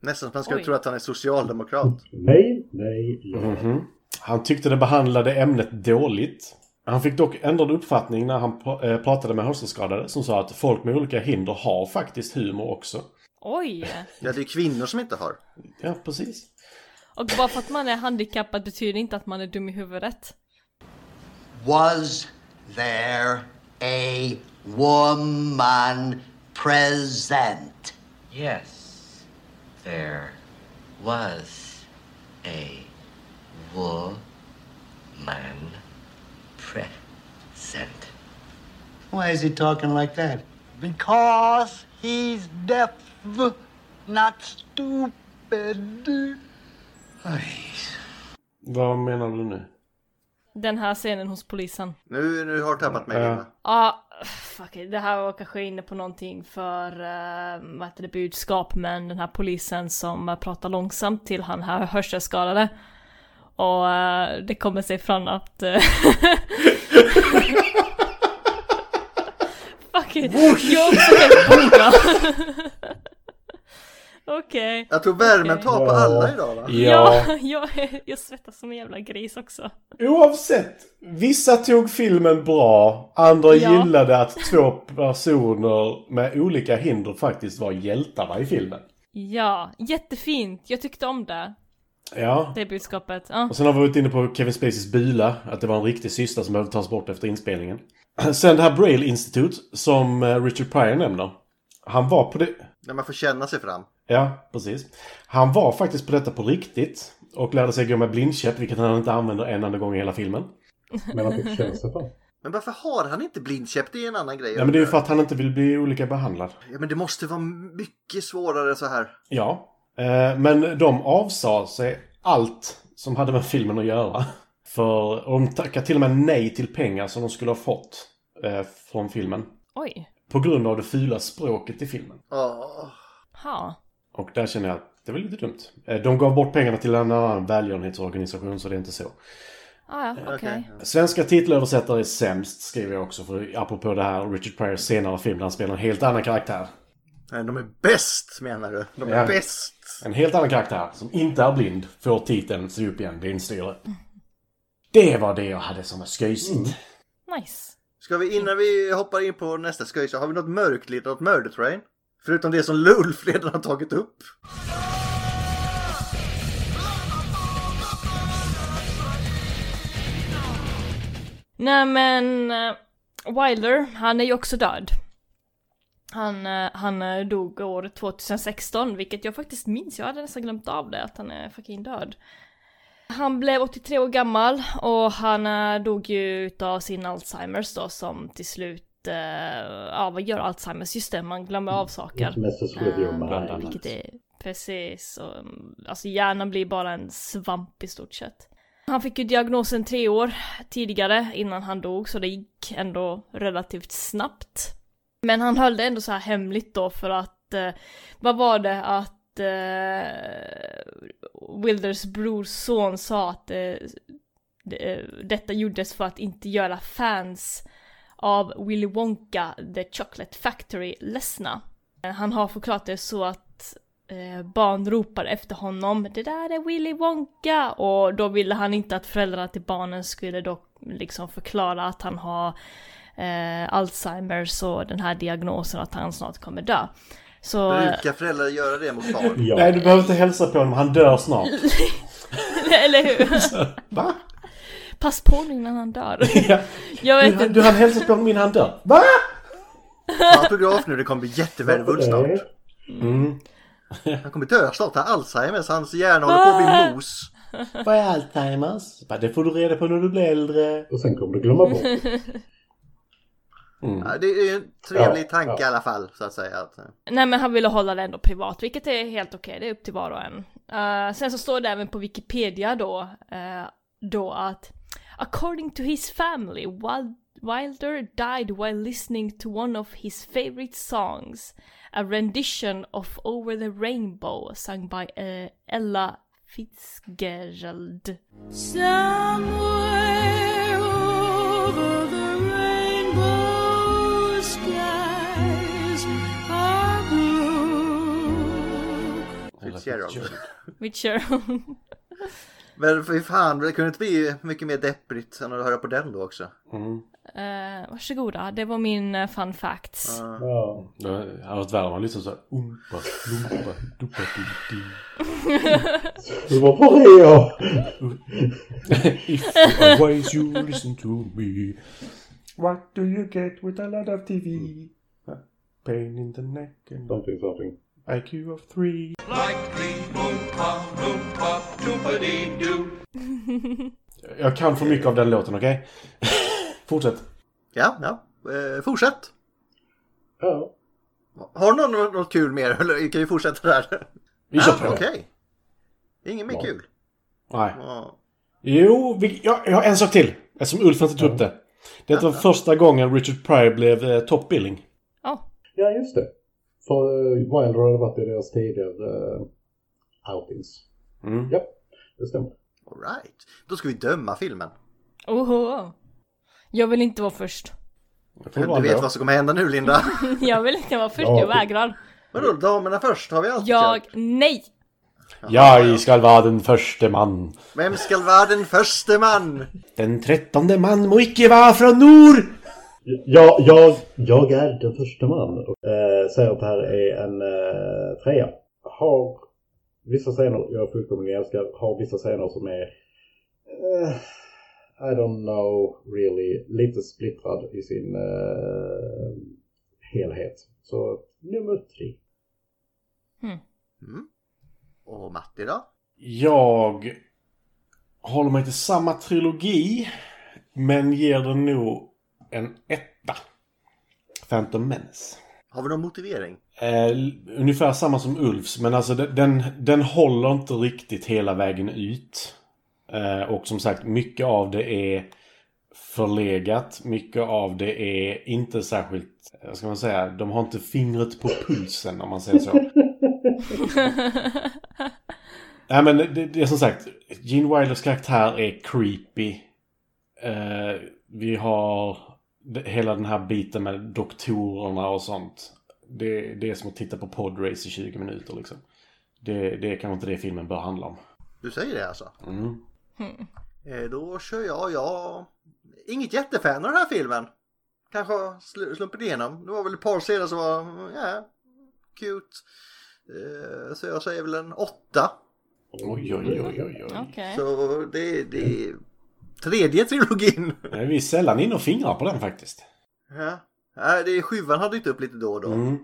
Nästan att man skulle
Oj.
tro att han är socialdemokrat.
Nej, nej, ja.
Mhm. Han tyckte det behandlade ämnet dåligt. Han fick dock ändrad uppfattning när han pra- eh, pratade med hörselskadade som sa att folk med olika hinder har faktiskt humor också.
Oj!
Ja, det är kvinnor som inte har.
Ja, precis.
Och bara för att man är handikappad betyder inte att man är dum i huvudet.
Was there a woman present?
Yes, there was a woman present.
Why is he talking like that? Because he's deaf, not stupid.
Vad menar du nu?
Den här scenen hos polisen.
Nu, nu har du tappat mig.
Ja.
Linda.
Ja, fuck it. Det här var kanske inne på någonting för, uh, vad heter det, budskap, men den här polisen som eh, pratar långsamt till han här hörselskadade. Och eh, det kommer sig fram att... eh, fuck it. Jag också helt borde. Okej.
Jag tror värmen tar på
Ja.
alla idag va?
Ja, jag, jag svettas som en jävla gris också.
Oavsett. Vissa tog filmen bra, andra
Ja.
gillade att två personer med olika hinder faktiskt var hjältarna i filmen.
Ja, jättefint. Jag tyckte om det.
Ja.
Det budskapet. Ja.
Och sen har vi varit inne på Kevin Spaceys bila, att det var en riktig syster som behövde tas bort efter inspelningen. Sen det här Braille Institute, som eh, Richard Pryor nämner. Han var på det...
När man får känna sig fram.
Ja, precis. Han var faktiskt på detta på riktigt. Och lärde sig gå med blindkäpp, vilket han inte använder en enda gång i hela filmen.
Men han fick känna sig fram.
Men varför har han inte blindkäpp? Det är en annan grej.
Ja, men det är ju för att han inte vill bli olika behandlad.
Ja, men det måste vara mycket svårare så här.
Ja, eh, men de avsade sig allt som hade med filmen att göra. För och de tackade till och med nej till pengar som de skulle ha fått eh, från filmen.
Oj.
På grund av det fula språket i filmen.
Ja.
Ha.
Och där känner jag att det var lite dumt. Eh, de gav bort pengarna till en annan välgörenhetsorganisation så det är inte så.
Ah, ja, okej.
okej.
Svenska titelöversättare är sämst skriver jag också. För apropå det här Richard Pryors senare film där han spelar en helt annan karaktär.
Nej, de är bäst menar du? De är
Ja.
bäst!
En helt annan karaktär som inte är blind får titeln Se upp igen, blindstyre. Det var det jag hade som var skojsigt.
Mm, Nice.
Ska vi innan vi hoppar in på nästa skoj så har vi något mörkt lite åt Murder Train? Förutom det som Lulf redan har tagit upp.
Nej men, eh, Wilder, han är ju också död. Han, eh, han eh, dog år 2016, vilket jag faktiskt minns, jag hade nästan glömt av det, att han är fucking död. Han blev 83 år gammal och han eh, dog ju utav sin Alzheimers då som till slut, eh, ja vad gör Alzheimers? Just det, man glömmer av saker.
Messes with your
Eh,
Bland annat.
mind.
Vilket är precis. Och, mm, alltså hjärnan blir bara en svamp i stort sett. Han fick ju diagnosen tre år tidigare innan han dog så det gick ändå relativt snabbt. Men han höll det ändå så här hemligt då för att, eh, vad var det att eh, Wilders brors son sa att eh, det, eh, detta gjordes för att inte göra fans av Willy Wonka, The Chocolate Factory, ledsna. Eh, Han har förklarat det så att eh, barn ropade efter honom Det där är Willy Wonka! Och då ville han inte att föräldrarna till barnen skulle då liksom förklara att han har eh, Alzheimers och den här diagnosen att han snart kommer dö. Så...
Brukar föräldrar göra det mot barn?
Ja.
Nej, du behöver inte hälsa på honom. Han dör snart.
eller hur?
Va?
Pass på nu innan han dör.
Ja.
Jag vet
Du,
inte.
du hann hälsa på honom innan han dör. Va?
Ta autograf nu, det kommer bli jättevärdefull snart.
Nej.
Mm.
Han kommer dö snart, han har Alzheimers, hans hjärna håller på att bli mos.
Vad är Alzheimers? Bara, Det får du reda på när du blir äldre.
Och sen kommer du glömma bort.
Ja, det är ju en trevlig
Ja,
tanke
ja.
i alla fall, så att säga. Att, eh,
Nej men han ville hålla det ändå privat, vilket är helt okej, det är upp till var och en. Eh, sen så står det även på Wikipedia då, eh, då att According to his family, Wild- Wilder died while listening to one of his favorite songs, a rendition of Over the Rainbow sung by eh, Ella Fitzgerald.
Somewhere over the rainbow skies are blue.
Fitzgerald.
Fitzgerald.
Men för fan, det kunde inte bli mycket mer deppigt än att höra på den då också.
Mm.
Uh, varsågoda, det var min eh, fun facts.
Ja.
Det hade varit värre om man lyssnade såhär. Umpa, lumpa, dupa, du, du.
Det var bara det jag.
If always you listen to me. What do you get with a lot of TV? Pain in the neck and
Something, something.
IQ of three.
Likely Oompa Loompa Doopity Doo.
Jag kan för mycket av den låten, okej? Fortsätt.
Ja, ja. Eh, fortsätt!
Ja.
Har någon något- något kul mer? Eller vi kan ju fortsätta där.
Vi kör på
Ja,
det.
Okej. Inget mer
Ja.
kul.
Nej.
Ja.
Jo, vi, jag, jag har en sak till. Eftersom Ulf inte tog upp det. Det var första gången Richard Pryor blev eh, toppbilling.
ja, just det. För uh, Wilder hade varit i deras tidigare eh, outings.
Mm.
Ja, det stämmer.
All right. Då ska vi döma filmen.
Oho. Jag vill inte vara först.
Jag får
Du
vara
vet
ändå.
vad som kommer hända nu, Linda.
Jag vill inte vara först,
Ja,
jag
okej.
vägrar.
Vadå, damerna först? Har vi allt?
Jag, nej!
Jag ska vara den första man.
Vem ska vara den första man?
Den trettonde man må icke vara från norr!
Ja, jag, jag är den första man. Eh, säger att det här är en eh, trea. Har vissa scener jag fullkomligen älskar. Har vissa scener som är... eh, I don't know really. Lite splittrad i sin eh, helhet. Så nummer tre.
Och Matti då?
Jag håller mig till samma trilogi. Men ger den nog en etta. Phantom Menace.
Har vi någon motivering?
Eh, ungefär samma som Ulfs, men alltså de- den, den håller inte riktigt hela vägen ut. Eh, och som sagt, mycket av det är förlegat. Mycket av det är inte särskilt, eh, vad ska man säga, de har inte fingret på pulsen om man säger så. Nej men det, det är som sagt, Gene Wilders karaktär är creepy. Eh, vi har d- hela den här biten med doktorerna och sånt. Det, det är som att titta på podrace i 20 minuter liksom. Det, det är kanske inte det filmen bör handla om.
Du säger det alltså?
Mm.
Eh, Då kör jag, jag... Inget jättefan av den här filmen. Kanske sl- slumpit igenom. Det var väl ett par scener som var, mm, ja, cute. Eh, Så jag säger väl en åtta.
Oj, oj, oj, oj, oj.
Okej.
Så det, det är tredje trilogin.
Nej, Vi är sällan inne och fingrar på den faktiskt.
Ja. Nej, det är sjuan har dykt upp lite då och då.
Mm.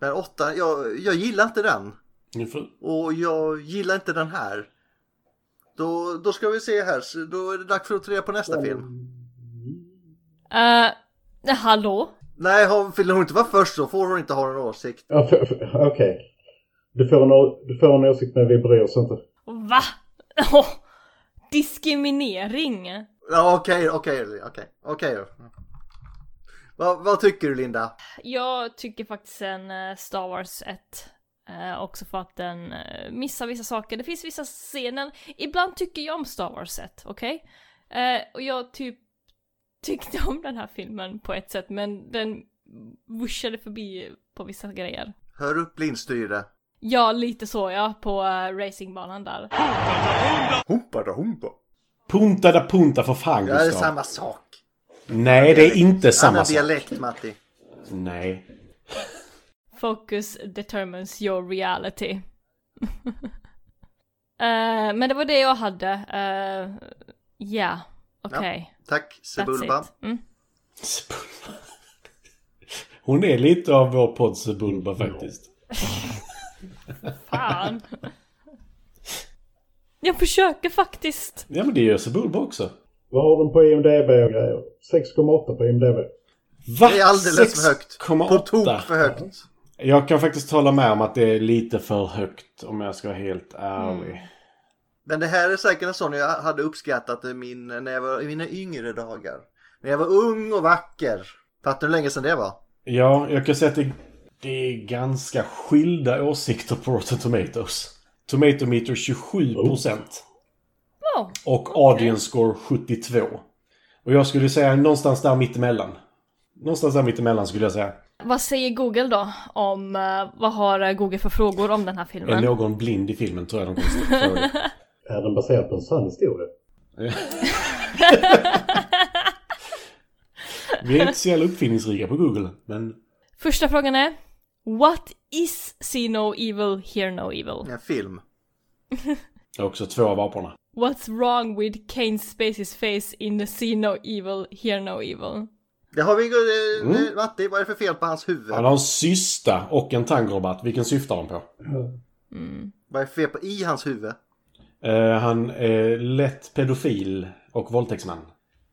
Men åtta, jag, jag gillar inte den.
Nu får...
Och jag gillar inte den här. Då, då ska vi se här, så då är det dags för att ta reda på nästa film.
Eh, eh, hallå?
Nej, hon, vill hon inte vara först så får hon inte ha någon åsikt.
Ja, för- för- Okej. Du, får en å- du får en åsikt men vi bryr oss inte.
Va? Åh, diskriminering?
Ja, okej, okej, okej, okej. då. Vad, vad tycker du Linda?
Jag tycker faktiskt en eh, Star Wars 1. eh, också för att den eh, missar vissa saker. Det finns vissa scener. Ibland tycker jag om Star Wars 1, okej? Eh, och jag typ tyckte om den här filmen på ett sätt, men den vuschade förbi på vissa grejer.
Hör upp blindstyre.
Ja, lite så ja, på eh, racingbanan där.
Humpa da humpa.
Punta da punta för fan
Ja, det är
Gustav.
samma sak.
Nej, det är inte samma
Annan
sak.
dialekt Matti.
Nej.
Focus determines your reality. Eh, men det var det jag hade. Eh, Ja, okej.
Tack Sebulba.
That's it. Mm.
Sebulba. Hon är lite av vår podd Sebulba faktiskt.
Fan. Jag försöker faktiskt.
Ja men det gör Sebulba också.
Vad har de på IMDB och grejer? 6,8 på IMDB.
Va?
Det är alldeles för högt. På
6,8.
tok för högt.
Jag kan faktiskt hålla med om att det är lite för högt om jag ska vara helt ärlig.
Men det här är säkert en sån jag hade uppskattat i, min, när jag var, i mina yngre dagar. När jag var ung och vacker. Fattar du hur länge sedan det var?
Ja, jag kan säga att det, det är ganska skilda åsikter på Rotten Tomatoes. Tomato meter 27%
Ja.
och audience score 72. Och jag skulle säga någonstans där mittemellan. Någonstans där mittemellan skulle jag säga.
Vad säger Google då om, eh, vad har eh, Google för frågor om den här
Är
filmen?
någon blind i filmen tror jag de kommer ställa frågan.
Är den baserad på en sann historia?
Vi är inte så jävla uppfinningsrika på Google, men
Första frågan är What is see no evil, hear no evil?
En film.
det är också två av aporna.
What's wrong with Kane Spacey's face in the see no evil, hear no evil?
Det har vi... eh,
Mm.
eh, Matti, vad är det för fel på hans huvud?
Han har en cysta och en tangorabatt. Vilken syftar han på?
Vad är det för fel på i hans huvud?
Eh, han är lätt pedofil och våldtäktsman.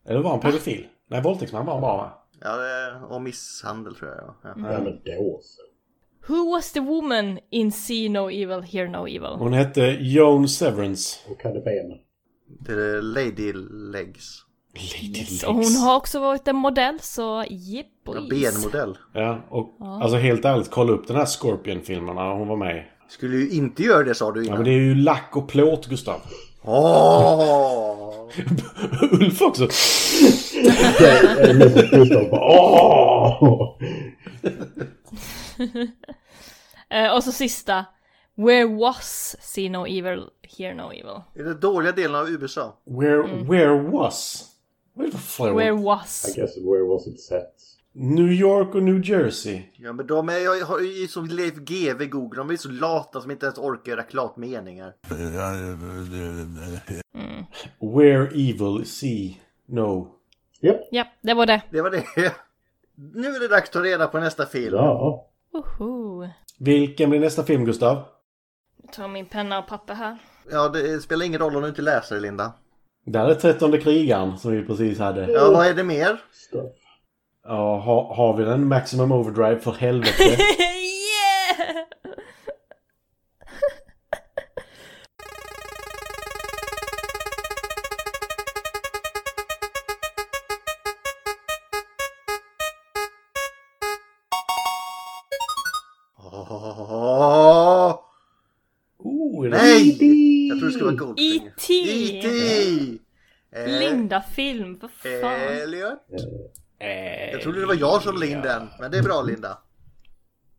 Eller var han pedofil? Nej, våldtäktsman var han bara va?
Ja, det är, och misshandel tror jag. Ja.
Ja, men då så.
Who was the woman in see no evil, hear no evil?
Hon hette Joan Severance.
Och kan det benen.
Det är Lady Legs.
Lady
Yes,
Legs.
och hon har också varit en modell så jipp
Ja,
boys.
benmodell.
Ja, och alltså helt ärligt, kolla upp den här Scorpion-filmen när hon var med i.
Skulle ju inte göra det sa du
Ja, men
innan.
det är ju lack och plåt, Gustav.
Åh!
Ulf också.
Är det mest att Gustav bara åh!
Eh, och så sista. Where was see no evil, hear no evil?
Är det dåliga delen av USA?
Where, where was? Vad är det för
Mm. Where
fråga?
I
was?
guess where was it set?
New York och New Jersey.
Ja, men de är jag har ju som Leif GW Google. De är så lata som inte ens orkar göra klart meningar.
Where evil see no.
Japp.
Ja, det var det.
Det var det. Nu är det dags att ta reda på nästa film.
Ja.
Woho.
Vilken blir nästa film, Gustav?
Jag tar min penna och papper här.
Ja, det spelar ingen roll om du inte läser Linda.
Där är trettonde krigaren som vi precis hade.
Ja, vad är det mer?
Stuff.
Ja, ha, har vi den? Maximum Overdrive, för helvete.
yeah!
Åh!
Oh, är det-
Nej! Jag tror det skulle vara Goldfinger.
E.T.
E.T. Eh,
Linda-film, vad fan.
Elliot.
Eh,
Jag trodde det var jag som la in den, men det är bra Linda.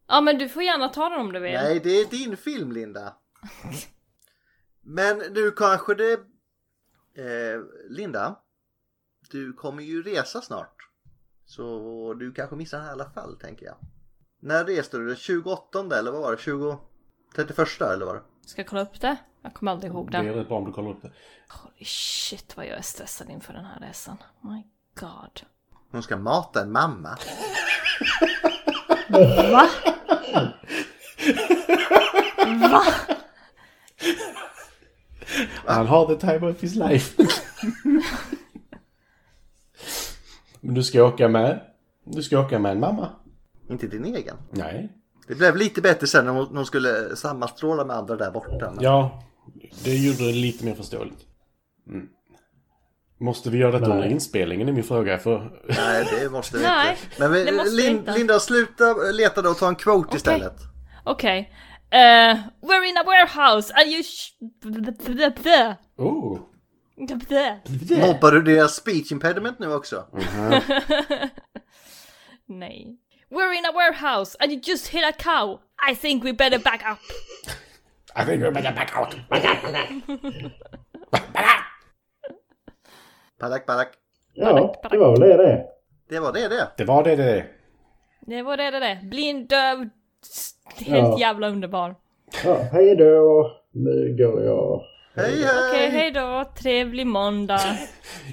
Ja men du får gärna ta den om du vill.
Nej, det är din film Linda. Men nu kanske det... Eh, Linda, du kommer ju resa snart. Så du kanske missar den här i alla fall, tänker jag. När reste du? Den 28 eller vad var det? 20... 31 eller vad var det?
Ska jag kolla upp det? Jag kommer aldrig ihåg
Det är
den.
rätt bra om du kollar upp det.
Holy shit vad jag är stressad inför den här resan. My god.
Hon ska mata en mamma.
Va? Va?
Han har the time of his life. Men du ska åka med. Du ska åka med en mamma.
Inte din egen.
Nej.
Det blev lite bättre sen när hon hon skulle sammanstråla med andra där borta. men-
Ja, det gjorde det lite mer förståeligt. Mm. Måste vi göra detta under inspelningen är min fråga. För...
Nej, det måste vi
Nej,
inte. Men vi,
det måste vi
Lin,
inte.
Linda, sluta leta då och ta en quote
Okej.
istället.
Okej. Eh, we're in a warehouse and you sh-
Oh.
Mobbar du deras speech impediment nu också?
Mm. Nej. We're in a warehouse and you just hit a cow. I think we better back up.
I think we're better back out.
Palak, palak.
Ja, det var väl det det.
Det var det det.
Det var det det. det.
Det var det det det. Blind, döv, s- helt
Ja.
jävla underbar.
Ja, hej då. Nu går jag.
Hej
Okej,
hej!
hej då. Trevlig måndag.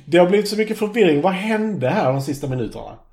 Det har blivit så mycket förvirring. Vad hände här de sista minuterna?